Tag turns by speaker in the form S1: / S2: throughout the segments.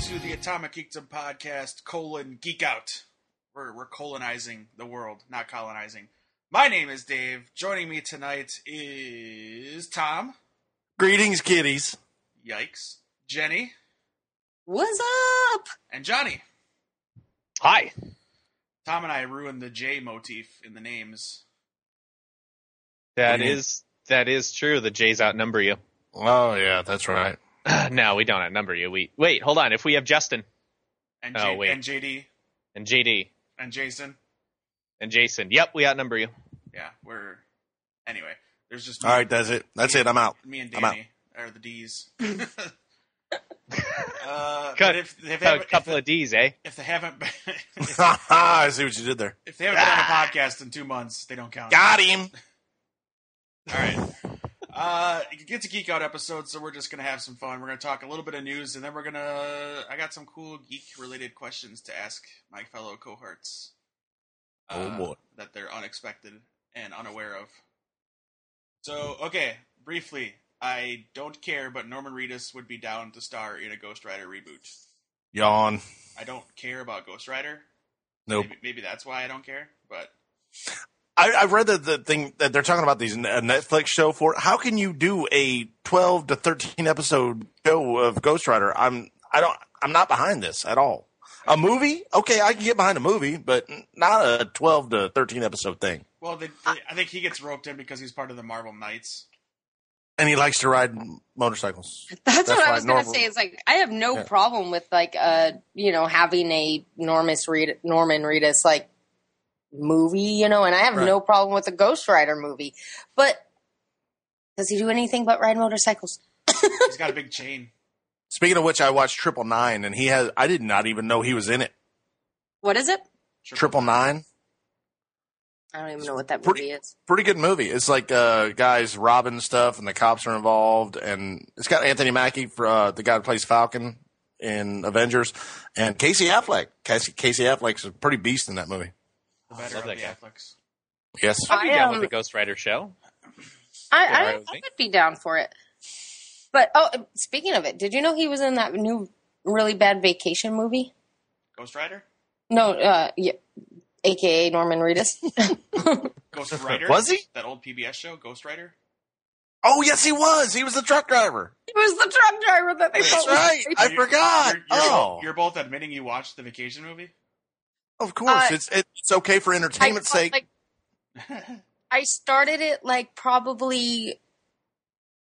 S1: Comic Geekdom Podcast, colon, geek out. We're, we're colonizing the world, not colonizing. My name is Dave. Joining me tonight is Tom.
S2: Greetings, kiddies.
S1: Yikes. Jenny
S3: What's up?
S1: and Johnny.
S4: Hi.
S1: Tom and I ruined the J motif in the names.
S4: That
S2: What do you
S4: is that is true. The Jays outnumber you.
S2: Oh yeah, that's right.
S4: no, we don't outnumber you. We wait. Hold on. If we have Justin
S1: And,
S4: Oh,
S1: J-
S4: wait.
S1: and JD
S4: and JD
S1: and Jason.
S4: and Jason, yep, we outnumber you.
S1: Yeah, we're. Anyway, there's just
S2: All right, that's it. That's it. I'm out.
S1: Me and
S2: I'm out.
S1: Danny are the D's. uh,
S4: Cut.
S1: but if, if, they
S4: A
S1: haven't, if,
S4: couple of D's, eh?
S1: if they haven't been,
S2: I see what you did there.
S1: if they haven't been on a podcast in two months, they don't count.
S2: Ah. Got him.
S1: All right. Uh, it's a geek out episode, so we're just gonna have some fun. We're gonna talk a little bit of news, and then we're gonna. I got some cool geek related questions to ask my fellow cohorts. uh,
S2: Oh, boy.
S1: that they're unexpected and unaware of. So okay, briefly, I don't care, but Norman Reedus would be down to star in a Ghost Rider reboot.
S2: Yawn.
S1: I don't care about Ghost Rider.
S2: Nope.
S1: Maybe, maybe that's why I don't care. But
S2: I, I read that the thing that they're talking about these n- a Netflix show for. How can you do a twelve to thirteen episode show of Ghost Rider? I'm I don't I'm not behind this at all. A movie? Okay, I can get behind a movie, but n- not a twelve to thirteen episode thing.
S1: well, they, they- I think he gets roped in because he's part of the Marvel Knights.
S2: And he likes to ride motorcycles.
S3: That's,
S2: That's
S3: what I
S2: why
S3: was gonna
S2: Norman-
S3: say. It's like I have no
S2: Yeah.
S3: problem with like uh you know having a Normus Reed, Norman Reedus like movie, you know, and I have
S2: Right.
S3: no problem with a Ghost Rider movie, but does he do anything but ride motorcycles?
S1: He's got a big chain.
S2: Speaking of which, I watched Triple Nine, and he has. I did not even know he was in it.
S3: What is it?
S2: Triple Nine,
S3: I don't even know what that
S2: Pretty-
S3: movie is.
S2: pretty good movie. It's like uh, guys robbing stuff, and the cops are involved, and it's got Anthony Mackie, for, uh, the guy who plays Falcon in Avengers, and Casey Affleck. Casey, Casey Affleck's a pretty beast in that movie.
S1: The better
S4: love
S1: of
S4: that
S1: the
S4: guy.
S1: Afflecks.
S2: Yes,
S4: I'd be
S3: I,
S4: down
S3: um,
S4: with the Ghost Rider show.
S3: I,
S4: Yeah,
S3: I,
S4: I
S3: I
S4: would think.
S3: would be down for it. But oh, speaking of it, did you know he was in that new really bad vacation movie?
S1: Ghost Rider?
S3: No, uh, yeah, aka Norman Reedus.
S1: Ghost Rider?
S2: was he?
S1: That old PBS show, Ghost Rider?
S2: Oh, yes, he was. He was the truck driver.
S3: He was the truck driver that they
S2: That's
S3: both.
S2: right. I
S1: You're-
S2: forgot.
S1: You're, you're,
S2: oh,
S1: both, you're both admitting you watched the vacation movie?
S2: of course.
S3: uh,
S2: it's it's okay for
S3: I,
S2: entertainment's
S3: thought,
S2: sake.
S3: like, I started it like probably,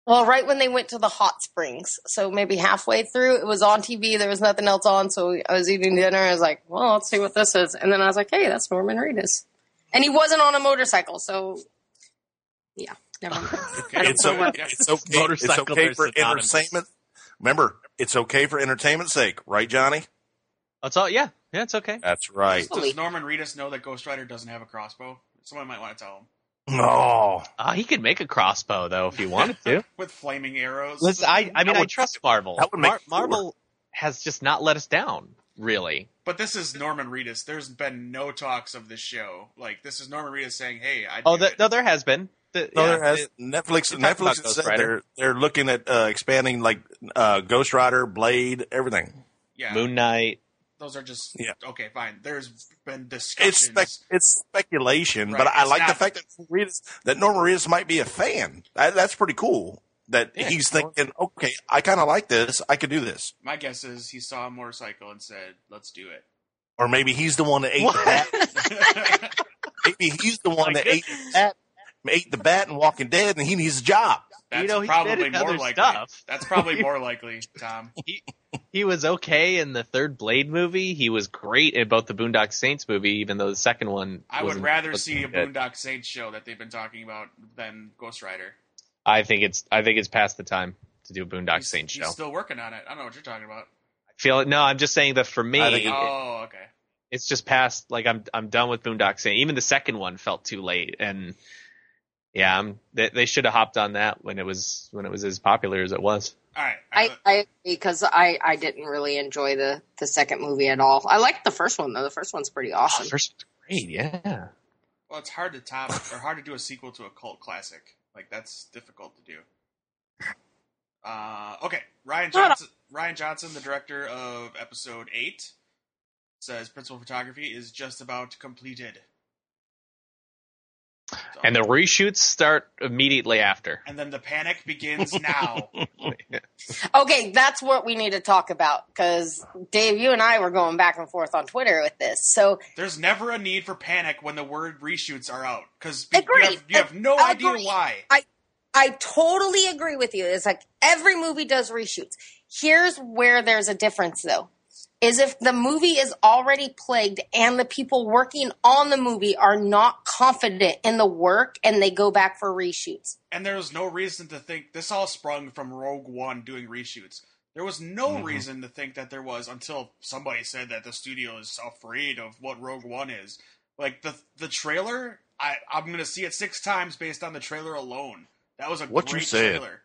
S3: well, right when they went to the hot springs. So maybe halfway through, it was on TV. There was nothing else on, so I was eating dinner. I was like, "Well, let's see what this is," and then I was like, "Hey, that's Norman Reedus," and he wasn't on a motorcycle, so yeah, never mind.
S1: Okay.
S2: it's, o- it's okay. It's
S5: Motorcycles
S2: okay
S5: are
S2: for
S5: synonymous.
S2: entertainment. Remember, it's okay for entertainment's sake, right, Johnny?
S4: That's all. Yeah, yeah, Oh, it's okay.
S2: That's right.
S1: Does Norman Reedus know that Ghost Rider doesn't have a crossbow? Someone might want to tell him.
S2: No,
S4: Uh, he could make a crossbow though if he wanted to.
S1: With flaming arrows.
S4: Listen, I I mean
S2: That
S4: I
S2: would-
S4: trust Marvel.
S2: that would make four.
S4: Marvel has just not let us down. Really,
S1: But this is Norman Reedus. There's been no talks of this show. Like, this is Norman Reedus saying, hey, I
S4: Oh,
S1: did
S4: th
S1: it.
S4: no, there has been. The-
S2: no,
S4: yeah,
S2: there has
S4: the-
S2: Netflix.
S4: we talked about
S2: Netflix
S4: Ghost
S2: said they're
S4: Rider.
S2: they're looking at uh, expanding like uh, Ghost Rider, Blade, everything.
S1: Yeah,
S4: Moon Knight.
S1: those are just...
S2: Yeah.
S1: Okay, fine. There's been discussions.
S2: It's spec- it's speculation,
S1: Right,
S2: but I
S1: it's
S2: like the
S1: not-
S2: fact that Reedus, that Norman Reedus might be a fan. That, that's pretty cool. That
S4: Yeah,
S2: he's thinking, okay, I kind of like this. I could do this,
S1: My guess is he saw a motorcycle and said, let's do it.
S2: or maybe he's the one that ate the bat. Maybe he's the one that ate the bat, ate the bat and Walking Dead, and he needs a job.
S1: That's
S4: You know, he
S1: probably
S4: did
S1: more
S4: other
S1: likely.
S4: stuff.
S1: That's probably more likely, Tom.
S4: He was okay in the third Blade movie. He was great in both the Boondock Saints movie, even though the second one.
S1: I would
S4: wasn't-
S1: rather
S4: wasn't
S1: see a
S4: good.
S1: Boondock Saints show that they've been talking about than Ghost Rider.
S4: I think it's I think it's past the time to do a Boondock
S1: He's-
S4: Saints
S1: he's
S4: show.
S1: still working on it. I don't know what you're talking about.
S4: I feel it. No, I'm just saying that for me,
S2: I think-
S4: it-
S1: Oh, okay.
S4: it's just past. Like I'm I'm done with Boondock Saints. Even the second one felt too late, and yeah, I'm, they, they should have hopped on that when it was when it was as popular as it was.
S1: All right.
S3: I, I because I I didn't really enjoy the the second movie at all. I liked the first one though. The first one's pretty awesome.
S4: Oh, First grade, yeah.
S1: well, it's hard to top or hard to do a sequel to a cult classic. Like that's difficult to do. Uh, okay, Ryan
S3: Not
S1: Johnson. Ryan Johnson, the director of episode eight, says principal photography is just about completed. So-
S4: And the reshoots start immediately after.
S1: and then the panic begins now.
S3: Okay, that's what we need to talk about because Dave, you and I were going back and forth on Twitter with this. So
S1: There's never a need for panic when the word reshoots are out because you
S3: Agreed.
S1: have, you have no
S3: I- I
S1: idea
S3: agree.
S1: why.
S3: I totally agree with you. It's like every movie does reshoots. Here's where there's a difference though. Is if the movie is already plagued and the people working on the movie are not confident in the work and they go back for reshoots.
S1: And there was no reason to think this all sprung from Rogue One doing reshoots. There was no
S2: Mhm.
S1: reason to think that there was until somebody said that the studio is afraid of what Rogue One is. Like the the trailer, I I'm gonna see it six times based on the trailer alone. That was a
S2: What you
S1: great
S2: said.
S1: trailer.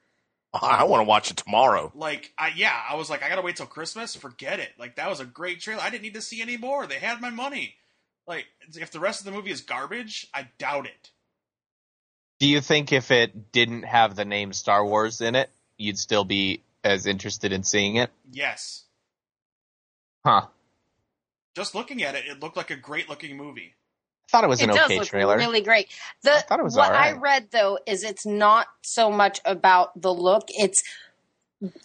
S2: I want to watch it tomorrow.
S1: Like I yeah, I was like I gotta wait till Christmas. Forget it. Like that was a great trailer. I didn't need to see any more. They had my money. Like if the rest of the movie is garbage, I doubt it.
S4: Do you think if it didn't have the name Star Wars in it, you'd still be as interested in seeing it?
S1: Yes.
S4: Huh. I
S1: Just looking at it, it looked like a great looking movie.
S4: thought it was an
S3: does
S4: okay
S3: look
S4: trailer.
S3: Really great.
S4: I
S3: The
S4: thought it was
S3: what
S4: alright.
S3: I read though is it's not so much about the look; it's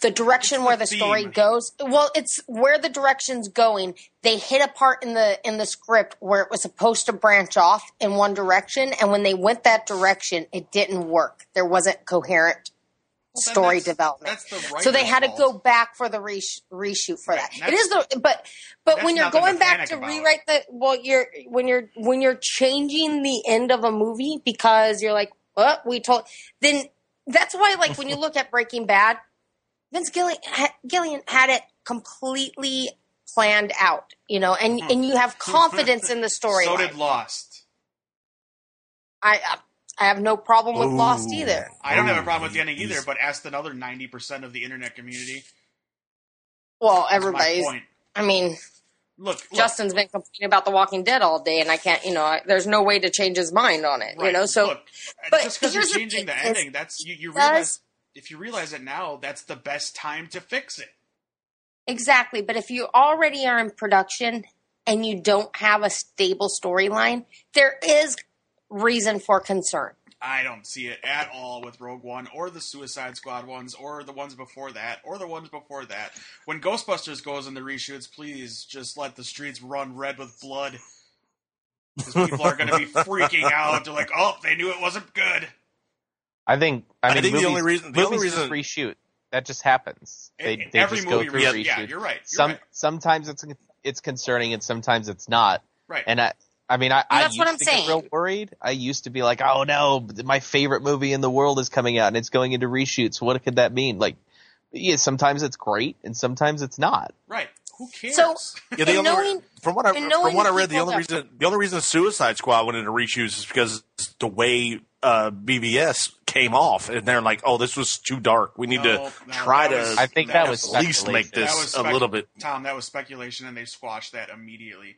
S3: the direction
S1: It's the
S3: where the
S1: theme.
S3: story goes. Well, it's where the direction's going. They hit a part in the in the script where it was supposed to branch off in one direction, and when they went that direction, it didn't work. There wasn't coherent
S1: Well, then
S3: story
S1: that's-
S3: development.
S1: That's the right.
S3: So they had to go back for the resh- reshoot for
S1: Right,
S3: that.
S1: and
S3: It is the but but
S1: that's
S3: when you're
S1: nothing to
S3: going back
S1: panic
S3: to
S1: about.
S3: rewrite the well, you're when you're when you're changing the end of a movie because you're like, what we told then that's why like when you look at Breaking Bad, Vince Gillian, ha- Gillian had it completely planned out, you know, and and you have confidence in the story.
S1: Hmm. So did Lost.
S3: I I have no problem with Lost
S2: Ooh.
S3: either.
S1: I don't have
S2: Ooh,
S1: a problem with the ending
S2: Mm, he's-
S1: either, but ask another ninety percent of the internet community.
S3: Well,
S1: That's my
S3: everybody's.
S1: point.
S3: I mean,
S1: Look, look
S3: Justin's been complaining about The Walking Dead all day, and I can't, you know, I, there's no way to change his mind on it,
S1: right,
S3: you know. So
S1: look, uh,
S3: but
S1: just because you're
S3: here's the
S1: changing the
S3: thing, is
S1: ending, that's you, you
S3: does-
S1: realize if you realize it now, that's the best time to fix it.
S3: exactly, but if you already are in production and you don't have a stable storyline, there is reason for concern.
S1: I don't see it at all with Rogue One or the Suicide Squad ones or the ones before that or the ones before that. When Ghostbusters goes in the reshoots, please just let the streets run red with blood. Because people are going to be freaking out. They're like, oh, they knew it wasn't good.
S4: I think. I,
S2: I
S4: mean,
S2: think the
S4: movies,
S2: only reason- the
S4: movies
S2: only
S4: just
S2: reason-
S4: reshoot. That just happens. They,
S1: It-
S4: they
S1: every
S4: just
S1: movie
S4: go through
S1: reshoot.
S4: reshoots.
S1: Yeah, you're right. You're
S4: Some
S1: right.
S4: sometimes it's it's concerning and sometimes it's not.
S1: Right.
S4: And I, I mean, I,
S3: Well,
S4: I
S3: that's
S4: used
S3: what I'm
S4: to
S3: saying.
S4: get real worried. I used to be like, oh no, my favorite movie in the world is coming out and it's going into reshoots. What could that mean? Like, yeah, sometimes it's great and sometimes it's not.
S1: right. Who cares?
S3: So-
S2: Yeah, the
S3: And
S2: only,
S3: knowing-
S2: from what I
S3: and
S2: from what I
S3: knowing
S2: read, the
S3: people
S2: only
S3: that-
S2: reason the only reason Suicide Squad went into reshoots is because it's the way uh, BBS came off, and they're like, "Oh, this was too dark. We
S1: No,
S2: need to
S1: no,
S2: try
S1: that
S2: to
S1: was-
S4: I think that was
S2: at least make
S4: speculation.
S1: Oh, That
S2: this
S1: was
S2: a
S1: spec-
S2: little bit."
S1: Tom, that was speculation, and they squashed that immediately.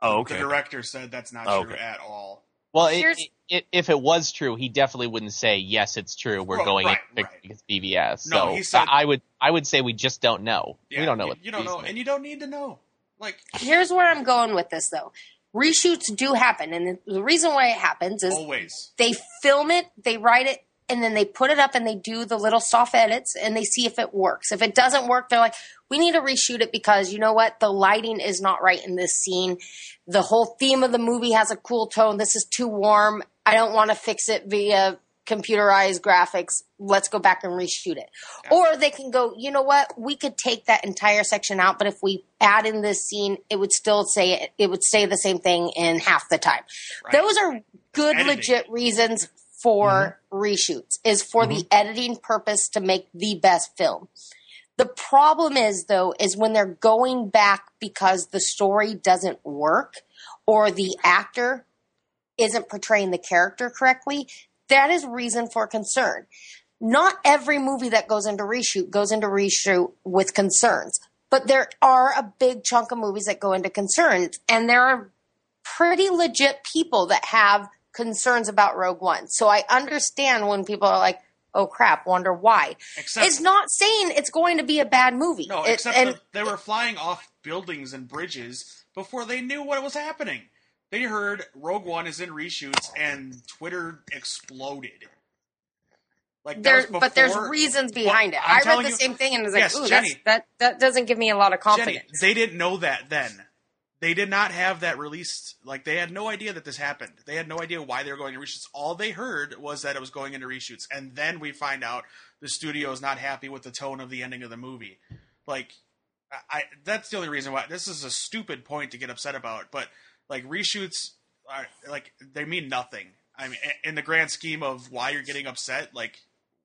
S2: Oh,
S1: The
S2: okay.
S1: director said that's not
S2: Oh,
S1: true
S2: okay.
S1: at all.
S4: Well, it,
S3: Here's-
S4: it, it, if it was true, he definitely wouldn't say yes. It's true. We're
S1: Well,
S4: going
S1: right,
S4: into
S1: right.
S4: because BBS.
S1: No,
S4: so
S1: he said-
S4: I I would I would say we just don't know. we don't know.
S1: You,
S4: what
S1: you don't know,
S4: reason
S1: and
S4: is.
S1: you don't need to know. Like,
S3: Here's where I'm going with this though. Reshoots do happen, and the reason why it happens is
S1: always.
S3: they film it, they write it, and then they put it up and they do the little soft edits and they see if it works. If it doesn't work, they're like, we need to reshoot it because you know what? The lighting is not right in this scene. The whole theme of the movie has a cool tone. This is too warm. I don't want to fix it via computerized graphics. Let's go back and reshoot it. Or they can go, you know what? We could take that entire section out, but if we add in this scene, it would still say it, it would say the same thing in half the time.
S1: Right.
S3: Those are good
S1: Editing. Mm-hmm.
S3: legit reasons for reshoots is for the editing purpose to make the best film. The problem is though is when they're going back because the story doesn't work or the actor isn't portraying the character correctly, that is reason for concern. Not every movie that goes into reshoot goes into reshoot with concerns, but there are a big chunk of movies that go into concerns and there are pretty legit people that have concerns about Rogue One. So I understand when people are like, oh crap, wonder why.
S1: Except
S3: it's not saying it's going to be a bad movie.
S1: no,
S3: It-
S1: except
S3: and
S1: that they were flying off buildings and bridges before they knew what was happening. They heard Rogue One is in reshoots, and Twitter exploded. Like
S3: there,
S1: that was
S3: but there's
S1: before-
S3: reasons behind
S1: Well,
S3: it.
S1: I'm
S3: i
S1: telling
S3: read the
S1: you-
S3: same thing and was
S1: Yes,
S3: like, ooh, that's,
S1: Jenny.
S3: that that doesn't give me a lot of
S1: Jenny,
S3: confidence.
S1: they didn't know that then. They did not have that released. Like they had no idea that this happened. They had no idea why they were going to reshoots. All they heard was that it was going into reshoots, and then we find out the studio is not happy with the tone of the ending of the movie. Like, I, I that's the only reason why this is a stupid point to get upset about. But like reshoots are like they mean nothing. I mean, i- in the grand scheme of why you're getting upset, like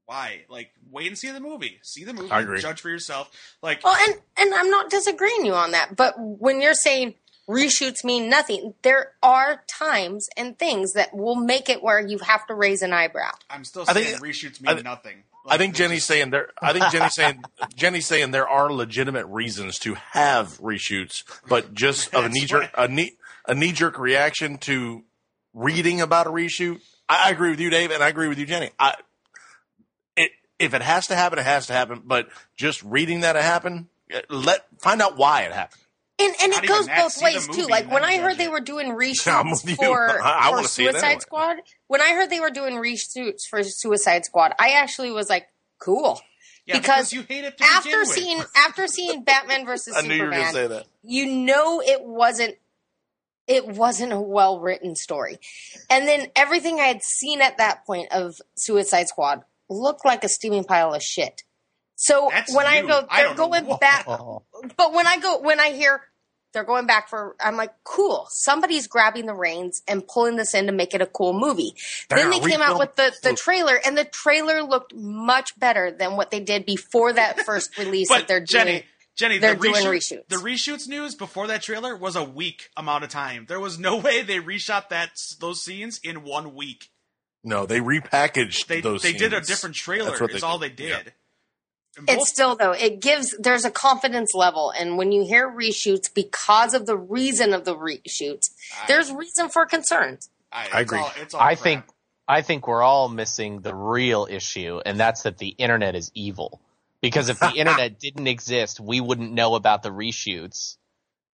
S1: why? Like wait and see the movie. See the movie.
S2: I agree.
S1: Judge for yourself. Like
S3: Well, and and I'm not disagreeing you on that, but when you're saying reshoots mean nothing, there are times and things that will make it where you have to raise an eyebrow.
S1: I'm still
S2: I
S1: saying
S2: think-
S1: reshoots
S2: I
S1: mean
S2: thi-
S1: nothing.
S2: I think Jenny's saying there. I think Jenny's saying Jenny's saying there are legitimate reasons to have reshoots, but just a
S1: That's
S2: knee jerk a knee a knee jerk reaction to reading about a reshoot. I, I agree with you, Dave, and I agree with you, Jenny. I it, if it has to happen, it has to happen. But just reading that it happened, eh, let find out why it happened.
S3: And and
S1: Not
S3: it
S1: even
S3: goes
S1: that,
S3: both
S1: see the
S3: ways
S1: movie
S3: too. Like
S1: and
S3: when
S1: then
S3: I
S1: judge
S3: heard they
S1: it.
S3: were doing
S2: I'm
S3: reshoots
S2: with you.
S3: for,
S2: I- I
S3: for
S2: wanna see it
S3: Suicide
S2: anyway.
S3: Squad, when I heard they were doing reshoots for Suicide Squad, I actually was like, cool.
S1: yeah,
S3: because
S1: you hate it to begin
S3: After
S1: with.
S3: seeing after seeing Batman versus
S2: I knew you were going to
S3: Superman,
S2: say that.
S3: you know it wasn't it wasn't a well written story. And then everything I had seen at that point of Suicide Squad looked like a steaming pile of shit. So
S1: That's
S3: when I
S1: you.
S3: go,
S1: I
S3: they're
S1: don't know
S3: going
S1: what.
S3: back.
S4: Oh.
S3: But when I go, when I hear they're going back for, I'm like, cool. Somebody's grabbing the reins and pulling this in to make it a cool movie.
S2: They're
S3: then they
S2: gonna
S3: came out
S2: refilm-
S3: with the, the trailer, and the trailer looked much better than what they did before that first release that
S1: but
S3: they're
S1: Jenny,
S3: doing.
S1: Jenny,
S3: they're
S1: the
S3: doing
S1: reshoot-
S3: reshoots.
S1: The reshoots news before that trailer was a week amount of time. There was no way they reshot that s- those scenes in one week.
S2: No, they repackaged
S1: They
S2: those.
S1: they did a
S2: scenes.
S1: different trailer.
S2: That's what
S1: is
S2: they
S1: all they
S2: did.
S1: did.
S2: Yeah.
S1: And
S3: It's
S1: both-
S3: still though it gives there's a confidence level, and when you hear reshoots because of the reason of the reshoots,
S1: I-
S3: there's reason for concerns.
S1: I, it's
S2: agree.
S1: All, it's all
S4: I
S1: crap.
S4: think I think we're all missing the real issue, and that's that the internet is evil. Because if the internet didn't exist, we wouldn't know about the reshoots,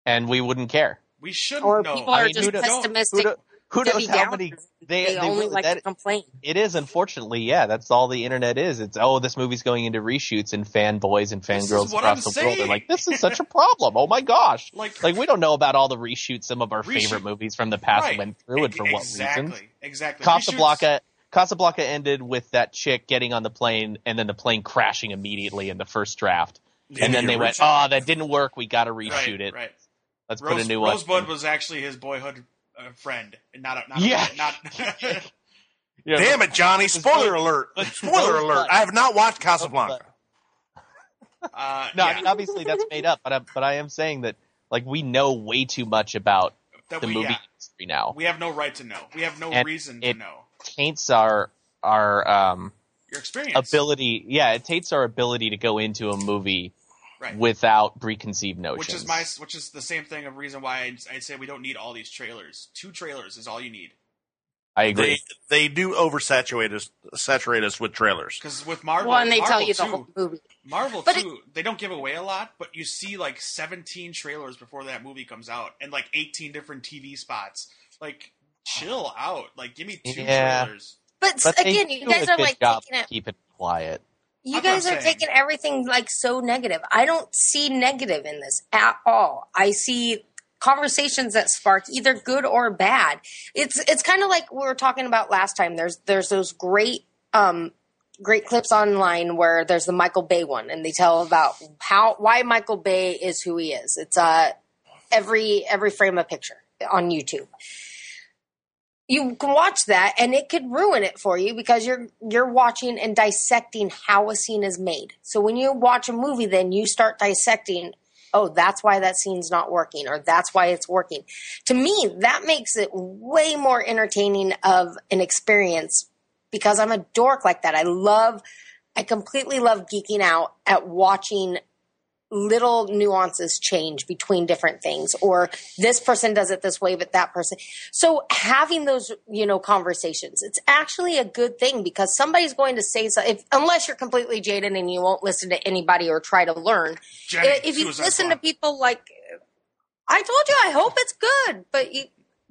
S4: and we wouldn't care.
S1: we shouldn't
S3: Or
S1: know.
S3: people are
S4: mean,
S3: just
S4: who does- Who,
S3: pessimistic.
S4: kno- who
S3: Debbie
S4: knows how
S3: Downer,
S4: many
S3: They,
S4: they, they
S3: only
S4: really,
S3: like
S4: that,
S3: to complain.
S4: it is unfortunately, yeah, that's all the internet is. It's oh, this movie's going into reshoots, and fanboys and
S1: This is
S4: fangirls
S1: what
S4: across
S1: I'm
S4: the world are
S1: saying.
S4: like, this is such a problem. Oh my gosh!
S1: Like-
S4: like we don't know about all the reshoots some of our
S1: Reshoot-
S4: favorite movies from the past
S1: right.
S4: went through, and
S1: E-
S4: for
S1: exactly.
S4: what reasons?
S1: Exactly.
S4: Casablanca. Casablanca ended with that chick getting on the plane and then the plane crashing immediately in the first draft.
S1: Yeah,
S4: and then
S2: you
S4: they went,
S2: reshoot.
S4: oh, that didn't work. We got to
S1: Reshoots-
S4: reshoot
S1: right,
S4: it.
S1: Right.
S4: Let's put
S1: Rose,
S4: a new one.
S1: Rosebud was actually his boyhood uh, friend, and not a, not uh, a-
S4: Yeah.
S1: not
S4: Yeah,
S2: Damn it, Johnny! Spoiler
S4: Rose-
S2: alert!
S4: but
S2: Spoiler
S4: Rosebud-
S2: alert! I have not watched Casablanca.
S1: Uh,
S4: No,
S1: yeah.
S4: I mean obviously that's made up, but I, but I am saying that like we know way too much about
S1: That
S4: the
S1: we,
S4: movie
S1: yeah,
S4: industry now.
S1: we have no right to know. We have no
S4: And
S1: reason
S4: it-
S1: to know
S4: taints our our um,
S1: your experience.
S4: ability. Yeah, it taints our ability to go into a movie
S1: right.
S4: without preconceived notions.
S1: which is my, which is the same thing of reason why I'd, I'd say we don't need all these trailers. Two trailers is all you need.
S4: I
S2: They
S4: agree.
S2: they do oversaturate us saturate us with trailers.
S1: Because with Marvel,
S3: Well, and they
S1: Marvel
S3: tell you
S1: too,
S3: the whole movie.
S1: Marvel
S3: But
S1: too, they don't give away a lot, but you see like 17 trailers before that movie comes out, and like 18 different TV spots. Like, chill out. Like, give me two
S4: Yeah.
S1: trailers.
S3: But, s
S4: But they
S3: again, you
S4: do a
S3: guys are
S4: good
S3: like
S4: job
S3: taking it.
S4: keeping it quiet.
S3: You
S1: That's what
S3: guys
S1: I'm
S3: are
S1: saying.
S3: taking everything like so negative. I don't see negative in this at all. I see conversations that spark either good or bad. It's it's kind of like we were talking about last time. There's there's those great um great clips online where there's the Michael Bay one and they tell about how why Michael Bay is who he is. It's uh every every frame of picture on YouTube. You can watch that and it could ruin it for you because you're you're watching and dissecting how a scene is made. So when you watch a movie then you start dissecting oh that's why that scene's not working or that's why it's working. To me that makes it way more entertaining of an experience because I'm a dork like that. I love I completely love geeking out at watching little nuances change between different things or this person does it this way but that person so having those you know conversations it's actually a good thing because somebody's going to say so if, unless you're completely jaded and you won't listen to anybody or try to learn
S1: Jenny,
S3: if you
S1: suicide
S3: listen to
S1: squad.
S3: people like i told you i hope it's good but you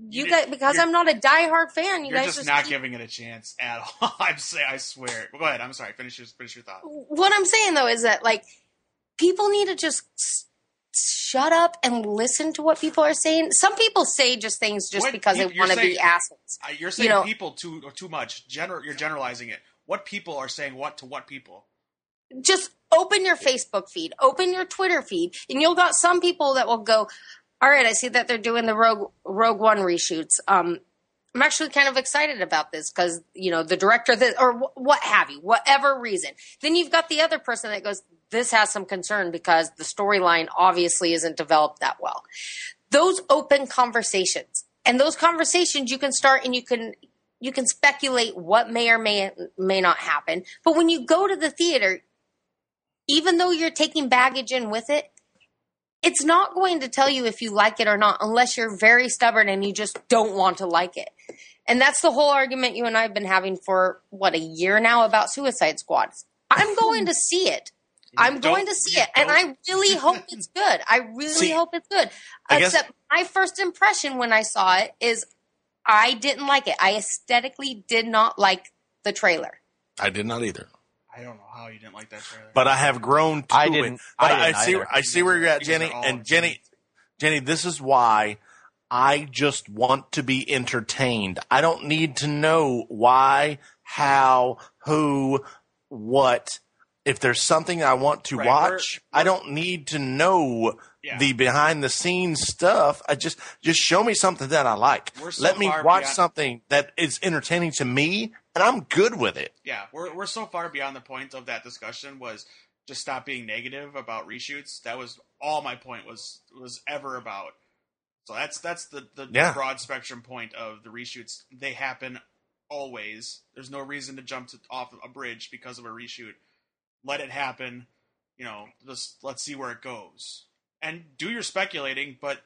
S3: you
S1: You-
S3: guys because
S1: you're-
S3: i'm not a diehard fan you
S1: You're
S3: guys
S1: just, not
S3: keep-
S1: giving it a chance at all. I'm say, I swear. Go ahead. I'm sorry. Finish your finish your thought.
S3: what I'm saying though is that like people need to just s- shut up and listen to what people are saying. Some people say just things just
S1: What
S3: because they
S1: peop- you're
S3: want to be
S1: saying-
S3: assholes.
S1: Uh, You're saying
S3: know-
S1: people too too much. General, you're generalizing it. What people are saying what to what people?
S3: Just open your Facebook feed, open your Twitter feed, and you'll got some people that will go, "All right, I see that they're doing the Rogue Rogue One reshoots. Um, I'm actually kind of excited about this because you know the director that or wh- what have you, whatever reason. Then you've got the other person that goes, "This has some concern because the storyline obviously isn't developed that well." those open conversations and those conversations you can start and you can you can speculate what may or may may not happen but when you go to the theater even though you're taking baggage in with it it's not going to tell you if you like it or not unless you're very stubborn and you just don't want to like it and that's the whole argument you and I've been having for what a year now about Suicide Squads. I'm going to see it. I'm
S1: Don't-
S3: going to see
S1: you
S3: it, and
S1: don't-
S3: I really hope it's good. I really
S2: See,
S3: hope it's good.
S2: I guess-
S3: Except my first impression when I saw it is I didn't like it. I aesthetically did not like the trailer.
S2: I did not either.
S1: I don't know how you didn't like that trailer.
S2: But I have grown to
S4: I
S2: it.
S4: didn't-
S2: But
S4: I
S2: I,
S4: didn't
S2: see
S4: either.
S2: I see where you're at,
S1: You guys
S2: Jenny.
S1: are all
S2: And
S1: insane.
S2: Jenny Jenny, this is why I just want to be entertained. I don't need to know why, how, who, what. If there's something I want to
S1: Right, we're-
S2: watch, I don't need to know
S1: Yeah.
S2: the behind the scenes stuff. I just just show me something that I like.
S1: We're so
S2: Let me
S1: far
S2: watch
S1: beyond-
S2: something that is entertaining to me, and I'm good with it.
S1: yeah, we're we're so far beyond the point of that discussion was just stop being negative about reshoots. That was all my point was was ever about. So that's that's the the
S2: Yeah.
S1: broad spectrum point of the reshoots. They happen always. There's no reason to jump to, off a bridge because of a reshoot. Let it happen. You know, just let's see where it goes. And do your speculating, but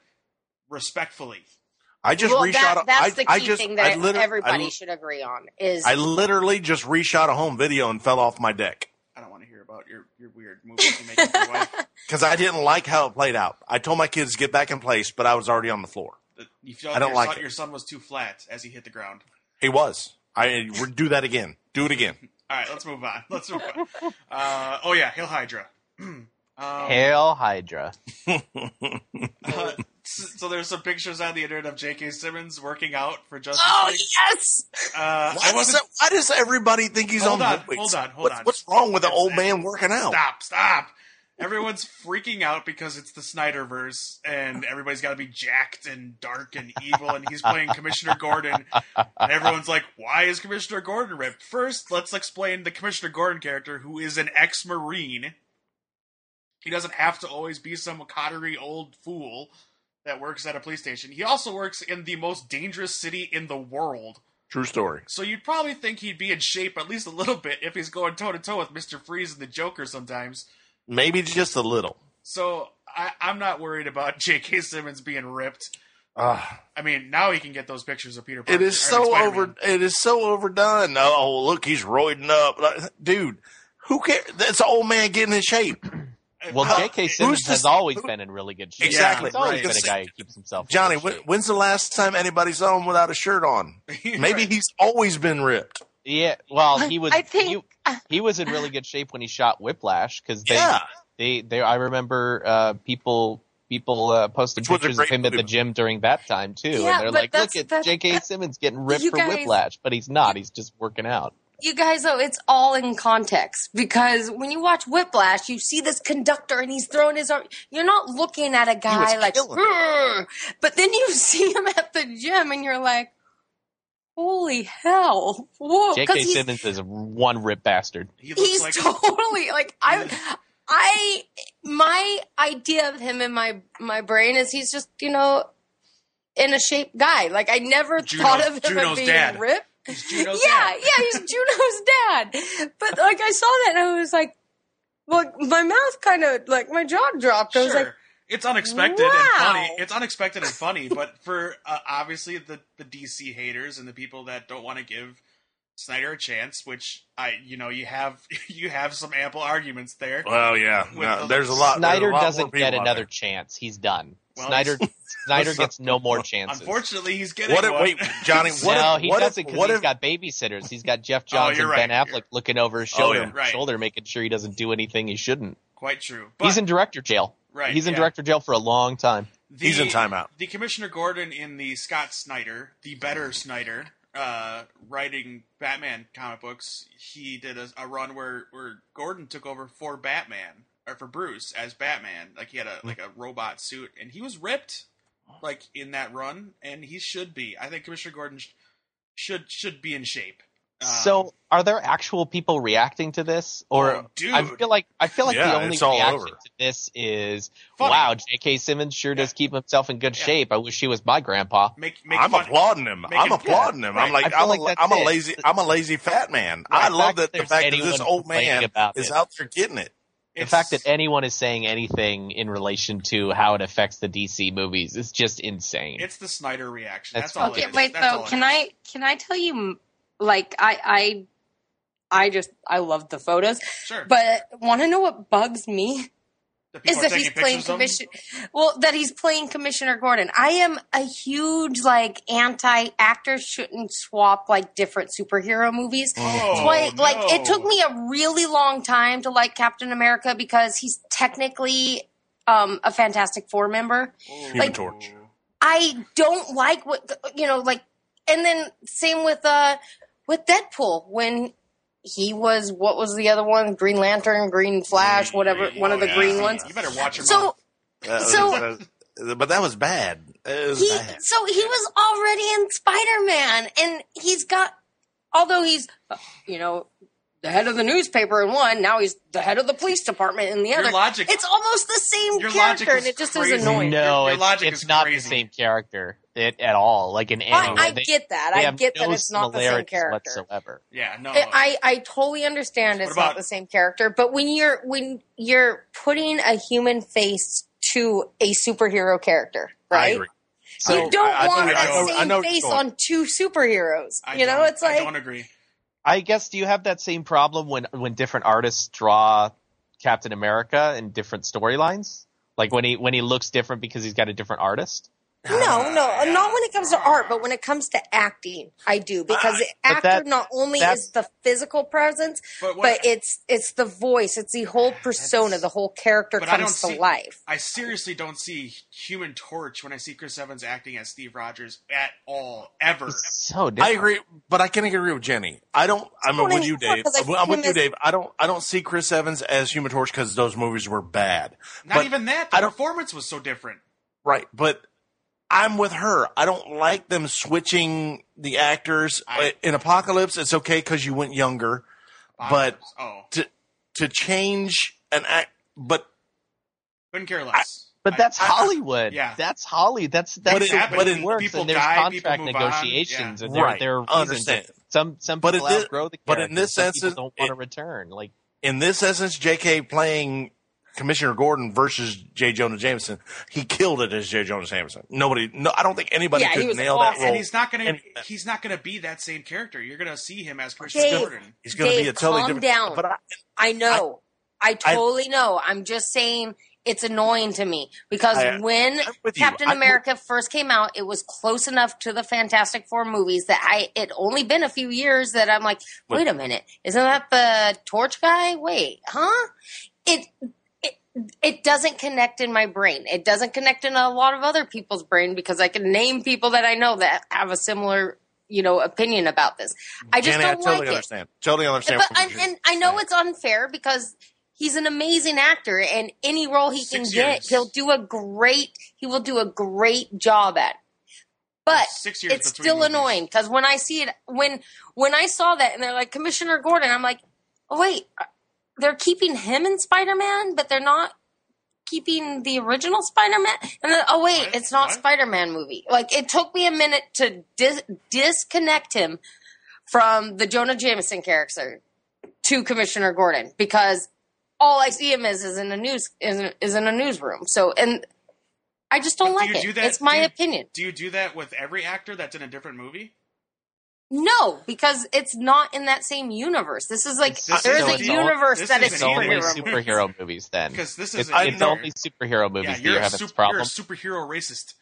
S1: respectfully.
S2: I just
S3: well,
S2: reshot.
S3: that,
S2: a-
S3: that's
S2: I-
S3: the key
S2: I just-
S3: thing
S2: I
S3: that
S2: liter- I-
S3: everybody should agree on is
S2: I literally just reshot a home video and fell off my deck
S1: I don't want to hear about your, your weird movies you make with your wife.
S2: because I didn't like how it played out. I told my kids get back in place, but I was already on the floor.
S1: That You felt
S2: I don't
S1: your
S2: like
S1: son,
S2: it.
S1: your son was too flat as he hit the ground.
S2: He was. I would do that again. Do it again.
S1: All right, let's move on. Let's move on. Uh, oh yeah, Hail Hydra. um,
S4: Hail Hydra.
S1: uh, s- so there's some pictures on the internet of J.K. Simmons working out for Justice
S3: oh
S1: League.
S3: yes.
S1: Uh,
S2: Why
S1: I
S2: does,
S1: wasn't.
S2: why does everybody think he's
S1: Hold on,
S2: on? Netflix?
S1: hold on, hold
S2: What's-
S1: on.
S2: What's wrong with the
S1: It's-
S2: old man working out?
S1: Stop! Stop! Everyone's freaking out because it's the Snyderverse, and everybody's got to be jacked and dark and evil, and he's playing Commissioner Gordon. And everyone's like, "Why is Commissioner Gordon ripped?" First, let's explain the Commissioner Gordon character, who is an ex-marine. He doesn't have to always be some coterie old fool that works at a police station. He also works in the most dangerous city in the world.
S2: True story.
S1: So you'd probably think he'd be in shape at least a little bit if he's going toe to toe with Mr. Freeze and the Joker sometimes.
S2: Maybe just a little.
S1: So I, I'm not worried about J.K. Simmons being ripped.
S2: Ah,
S1: I mean, now he can get those pictures of Peter. Parker,
S2: it is
S1: I mean,
S2: so
S1: Spider-Man.
S2: over. It is so overdone. Oh, look, he's roiding up, Like, dude. Who cares? That's an old man getting in shape.
S1: Uh,
S4: Well,
S1: how-
S4: J.K.
S1: it-
S4: Simmons
S2: who's
S4: has
S2: the-
S4: always
S2: who-
S4: been in really good shape.
S2: Exactly,
S4: He's always
S2: right.
S4: been a guy who keeps himself. in
S2: Johnny,
S4: good
S2: when,
S4: shape.
S2: when's the last time anybody saw him without a shirt on? Maybe
S1: Right.
S2: he's always been ripped.
S4: Yeah, well, he was.
S3: I think-
S4: he, he was in really good shape when he shot Whiplash because they,
S2: Yeah.
S4: they, they. I remember uh, people people uh, posted
S2: Which was a
S4: pictures of
S2: great
S4: him at the
S2: movie.
S4: gym during that time too,
S3: Yeah,
S4: and they're
S3: but
S4: like, "Look
S3: that's-
S4: at
S3: that's-
S4: J.K.
S3: that-
S4: Simmons getting ripped
S3: you
S4: for
S3: guys-
S4: Whiplash," but he's not. He's just working out.
S3: you guys though it's all in context because when you watch whiplash you see this conductor and he's throwing his arm you're not looking at a
S2: was
S3: guy like
S2: killing
S3: "Grr," but then you see him at the gym and you're like holy hell whoa
S4: J.K.
S3: because Oh, he's,
S4: Simmons is a one rip bastard.
S1: He looks
S3: he's
S1: like
S3: totally like i i my idea of him in my my brain is he's just you know in a shape guy like i never thought
S1: Juno's-
S3: of him
S1: Juno's
S3: as being
S1: dad.
S3: ripped
S1: he's Juno's
S3: yeah,
S1: dad.
S3: yeah, he's Juno's dad. But like I saw that and I was like,
S6: Well, my mouth kind of like my jaw dropped. I was like,
S1: it's unexpected
S6: Wow.
S1: and funny. It's unexpected and funny, but for uh, obviously the the DC haters and the people that don't want to give Snyder a chance, which I you know you have you have some ample arguments there.
S2: Well, yeah,
S1: With
S2: no,
S1: the-
S2: there's a lot. there's
S4: Snyder
S2: a lot more
S4: doesn't
S2: people
S4: get
S2: out
S4: another
S2: there.
S4: chance. He's done.
S1: Well,
S4: Snyder Snyder gets no more chances.
S1: Unfortunately, he's getting
S2: What if,
S1: one.
S2: wait, Johnny? What
S4: no,
S2: if,
S4: he
S2: what
S4: doesn't
S2: if,
S4: because
S2: what
S4: he's
S2: if,
S4: got babysitters. He's got Jeff
S1: Oh,
S4: Johns
S1: you're right.
S4: and Ben Affleck
S1: You're-
S4: looking over his shoulder,
S2: yeah.
S1: Right.
S4: shoulder, making sure he doesn't do anything he shouldn't.
S1: Quite true. But
S4: he's in director jail.
S1: right,
S4: he's in
S1: yeah.
S4: director jail for a long time.
S1: the,
S2: He's in timeout.
S1: The Commissioner Gordon in the Scott Snyder, the better Snyder, uh, writing Batman comic books, he did a, a run where, where Gordon took over for Batman or for Bruce as Batman. Like he had a like a robot suit, and he was ripped like in that run, and he should be. I think Commissioner Gordon sh- should should be in shape. Um,
S4: so, are there actual people reacting to this, or
S1: oh, dude,
S4: I feel like I feel like
S2: Yeah,
S4: the only
S2: it's all
S4: reaction
S2: over.
S4: to this is
S1: funny.
S4: wow, J.K. Simmons sure does keep himself in good
S1: Yeah.
S4: shape. I wish he was my grandpa.
S1: make make
S2: I'm
S1: fun-
S2: applauding him.
S1: Make
S2: I'm
S1: it-
S2: applauding him.
S1: Right.
S2: I'm like,
S4: I feel
S2: I'm, a,
S4: like that's
S2: am a
S4: it.
S2: lazy, I'm a lazy fat man. I
S4: Right,
S2: love
S4: the
S2: that
S4: fact
S2: the
S4: there's
S2: fact that
S4: anyone
S2: this old
S4: complaining
S2: man
S4: about
S2: is
S4: this.
S2: out there getting it.
S4: The
S1: it's-
S4: fact that anyone is saying anything in relation to how it affects the DC movies is just insane.
S1: it's the Snyder reaction. That's,
S4: That's
S1: all.
S4: fine.
S1: it
S3: Okay,
S1: is.
S3: wait
S1: That's
S3: though.
S1: all it
S3: Can
S1: is.
S3: I can I tell you? Like I I I just I love the photos,
S1: Sure.
S6: but
S3: want to know what bugs me?
S1: The
S3: Is
S1: people are
S3: that
S1: taking
S3: he's
S1: pictures
S3: playing
S1: of him?
S3: commission? Well, that he's playing Commissioner Gordon. I am a huge like anti actors shouldn't swap like different superhero movies.
S1: Oh,
S3: That's why, like,
S1: no.
S3: it took me a really long time to like Captain America because he's technically um, a Fantastic Four member.
S1: Human
S3: like-
S2: Torch.
S3: I don't like what you know, like, and then same with uh with Deadpool when he was what was the other one? Green Lantern, Green
S1: Mm,
S3: Flash, whatever,
S1: One
S3: one of the
S2: yeah.
S3: green ones.
S1: Oh, You better watch him.
S3: So
S2: That was-
S3: So-
S2: that was- but that was bad. It was
S3: he,
S2: bad.
S3: so he was already in Spider Man, and he's got, although he's, uh, you know. The head of the newspaper in one, now he's the head of the police department in the
S1: your
S3: other.
S1: logic.
S3: It's almost the same
S1: Your logic
S3: character,
S1: is
S3: and it just
S1: crazy.
S3: is annoying.
S1: Your- your
S4: no, it's,
S1: logic
S4: it's
S1: is
S4: not
S1: crazy.
S4: the same character it, at all. Like in
S3: I,
S4: any
S3: I
S4: way, they-
S3: get that.
S4: they
S3: I
S4: have
S3: get that
S4: no
S3: it's not the same
S4: similarities
S3: character.
S4: whatsoever.
S1: yeah, no.
S3: I, I totally understand
S1: What
S3: it's
S1: about-
S3: not the same character, but when you're when you're putting a human face to a superhero character,
S2: I
S3: right?
S2: agree.
S4: So
S3: you don't
S2: I- I
S3: want
S1: know- I know-
S3: the
S2: I know
S3: same
S2: what you're
S3: face
S2: going.
S3: on two superheroes.
S1: I
S3: you know,
S1: don't-
S3: it's like
S1: I don't agree.
S4: I guess do you have that same problem when when different artists draw Captain America in different storylines? Like when he when he looks different because he's got a different artist.
S3: no, no,
S1: Ah, yeah.
S3: not when it comes to art, but when it comes to acting, I do because the
S4: but
S3: actor
S4: that-
S3: not only
S4: that's-
S3: is the physical presence,
S1: But what
S3: but it's it's the voice, it's the whole persona, the whole character
S1: But I
S3: comes to
S1: don't see-
S3: life.
S1: I seriously don't see Human Torch when I see Chris Evans acting as Steve Rogers at all ever.
S4: He's so
S2: I
S4: different.
S2: agree, but I can agree with Jenny. I don't. I'm
S3: Well,
S2: with
S3: then
S2: you,
S3: yeah,
S2: Dave.
S3: 'cause I see
S2: I'm with
S3: him
S2: you,
S3: as-
S2: Dave. I don't. I don't see Chris Evans as Human Torch because those movies were bad.
S1: Not
S2: But-
S1: even that. The
S2: I don't-
S1: performance was so different.
S2: Right, but I'm with her. I don't like them switching the actors
S1: I-
S2: in Apocalypse. It's okay because you went younger But-
S1: oh,
S2: to to change an act, but
S1: couldn't care less.
S4: But that's
S2: I- I-
S4: Hollywood.
S1: yeah.
S4: That's Holly. That's
S2: But
S4: that's
S2: it-
S4: the way
S2: but
S4: it
S2: it-
S4: works.
S1: people
S4: and there's
S1: die,
S4: contract
S1: people move on.
S4: negotiations, and
S2: Right. I
S4: there, there are reasons.
S2: understand.
S4: Some some
S2: But
S4: people
S2: it is-
S4: outgrow the character.
S2: but in this
S4: some people
S2: instance,
S4: don't
S2: it-
S4: want to return. Like
S2: in this essence, J.K. playing Commissioner Gordon versus J. Jonah Jameson, he killed it as J. Jonah Jameson. Nobody, no, I don't think anybody
S3: Yeah, he
S2: could
S3: was
S2: nail
S3: awesome.
S2: that role.
S1: And he's not gonna.
S2: And- uh,
S1: he's not gonna be that same character. You're gonna see him as Chris
S3: Dave.
S1: Jordan.
S2: He's going to be
S3: Dave,
S2: a totally
S3: calm
S2: different.
S3: down.
S2: But I,
S3: I know. I,
S2: I-
S3: totally know. I'm just saying it's annoying to me because
S2: I-
S3: when
S2: I'm with you.
S3: Captain
S2: I-
S3: America first came out, it was close enough to the Fantastic Four movies that I it only been a few years that I'm like,
S2: But-
S3: wait a minute, isn't that the Torch guy? Wait, huh? It. it It doesn't connect in my brain. It doesn't connect in a lot of other people's brain because I can name people that I know that have a similar, you know, opinion about this. I just
S2: Jenny, I
S3: don't
S2: totally
S3: like it
S2: understand. Totally understand.
S3: but
S2: what
S3: I,
S2: you're
S3: and I know
S2: saying.
S3: it's unfair because he's an amazing actor, and any role he can
S1: Six
S3: get,
S1: years.
S3: he'll do a great. He will do a great job at. But
S1: Six years.
S3: it's
S1: between
S3: still
S1: movies.
S3: annoying because when I see it, when when I saw that, and they're like Commissioner Gordon, I'm like, oh wait, they're keeping him in Spider Man, but they're not keeping the original Spider Man. And then oh wait,
S1: What?
S3: it's not
S1: What?
S3: Spider Man movie. Like it took me a minute to dis- disconnect him from the Jonah Jameson character to Commissioner Gordon because all I see him is is in a news is, is in a newsroom. So and I just don't
S1: But do
S3: like
S1: you
S3: it.
S1: do that-
S3: It's my
S1: do you-
S3: opinion.
S1: Do you do that with every actor that's in a different movie?
S3: No, because it's not in that same universe. This is like
S7: It's just-
S3: there is
S1: no,
S3: a
S1: it's
S4: all-
S3: universe
S1: this
S3: that
S1: is
S3: is
S4: It's
S1: an
S4: only
S3: superhero.
S1: universe.
S3: movies.
S4: superhero movies then.
S1: Because this is
S4: It's,
S1: a
S4: it's
S1: you're-
S4: only superhero movies
S1: Yeah,
S4: that
S1: you're
S4: you're
S1: a,
S4: having this
S1: super, you're a
S4: problem.
S1: superhero racist.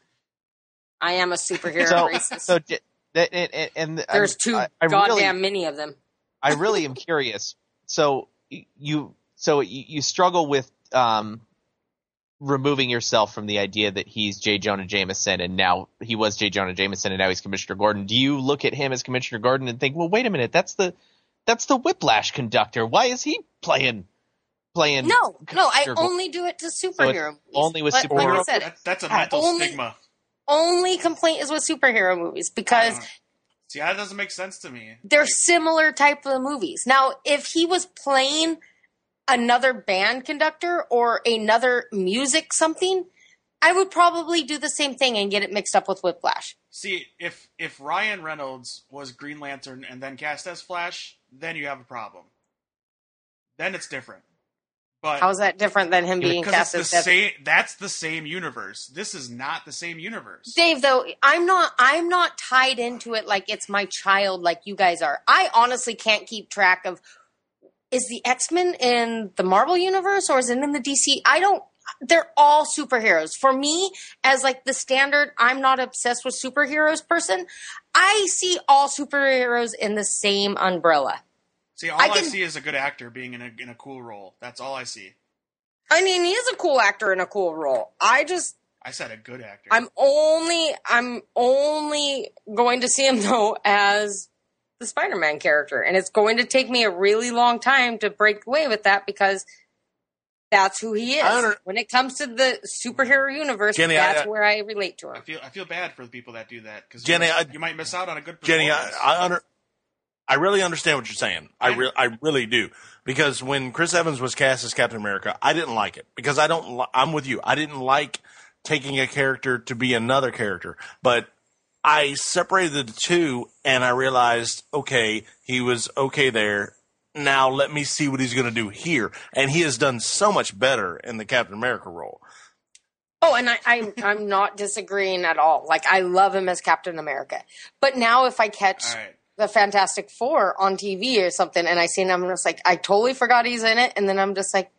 S3: I am a superhero
S4: So,
S3: racist.
S4: so j- that it, it, and I'm-
S3: There's too
S4: I, I
S3: goddamn
S4: really,
S3: many of them.
S4: I really am curious. So y- you, so you, you struggle with um, removing yourself from the idea that he's J. Jonah Jameson, and now he was J. Jonah Jameson, and now he's Commissioner Gordon. Do you look at him as Commissioner Gordon and think, well, wait a minute, that's the that's the Whiplash conductor. Why is he playing playing?
S3: No, no, I
S4: Commissioner Gordon?
S3: only do it to superhero movies.
S4: only with
S3: But Like I
S4: superhero-
S3: said,
S1: That, that's a mental
S3: only-
S1: stigma.
S3: only complaint is with superhero movies
S1: I
S3: because
S1: don't- See, that doesn't make sense to me.
S3: they're similar type of movies. Now, if he was playing another band conductor or another music something, I would probably do the same thing and get it mixed up with Whiplash.
S1: See, if if Ryan Reynolds was Green Lantern and then cast as Flash, then you have a problem. Then it's different. But
S3: How is that different than him being
S1: because it's
S3: cast
S1: the
S3: as Deadpool?
S1: same, that's the same universe. This is not the same universe.
S3: Dave, though, I'm not I'm not tied into it like it's my child like you guys are. I honestly can't keep track of is the X-Men in the Marvel universe or is it in the DC? I don't they're all superheroes. For me, as like the standard, I'm not obsessed with superheroes person. I see all superheroes in the same umbrella.
S1: see, all
S3: I
S1: I,
S3: can-
S1: see is a good actor being in a in a cool role. That's all I see.
S3: I mean, he is a cool actor in a cool role. I just
S1: I said a good actor.
S3: I'm only I'm only going to see him though as the Spider-Man character, and it's going to take me a really long time to break away with that because that's who he
S2: I
S3: is.
S2: under-
S3: When it comes to the superhero universe,
S2: Jenny, I- uh,
S3: that's
S2: I-
S3: where I relate to
S1: I
S3: him.
S1: feel I feel bad for the people that do that because
S2: Jenny,
S1: you,
S2: I-
S1: you might miss out on a good
S2: Jenny, I,
S1: performance.
S2: I under, I really understand what you're saying. I
S1: Yeah.
S2: re- I really do because when Chris Evans was cast as Captain America, I didn't like it because I don't. Li- I'm with you. I didn't like taking a character to be another character, but I separated the two and I realized okay, he was okay there. Now let me see what he's going to do here, and he has done so much better in the Captain America role.
S3: Oh, and I, I'm I'm not disagreeing at all. Like I love him as Captain America, but now if I catch
S1: all right.
S3: the Fantastic Four on TV or something, and I seen him, and it's like I totally forgot he's in it, and then I'm just like,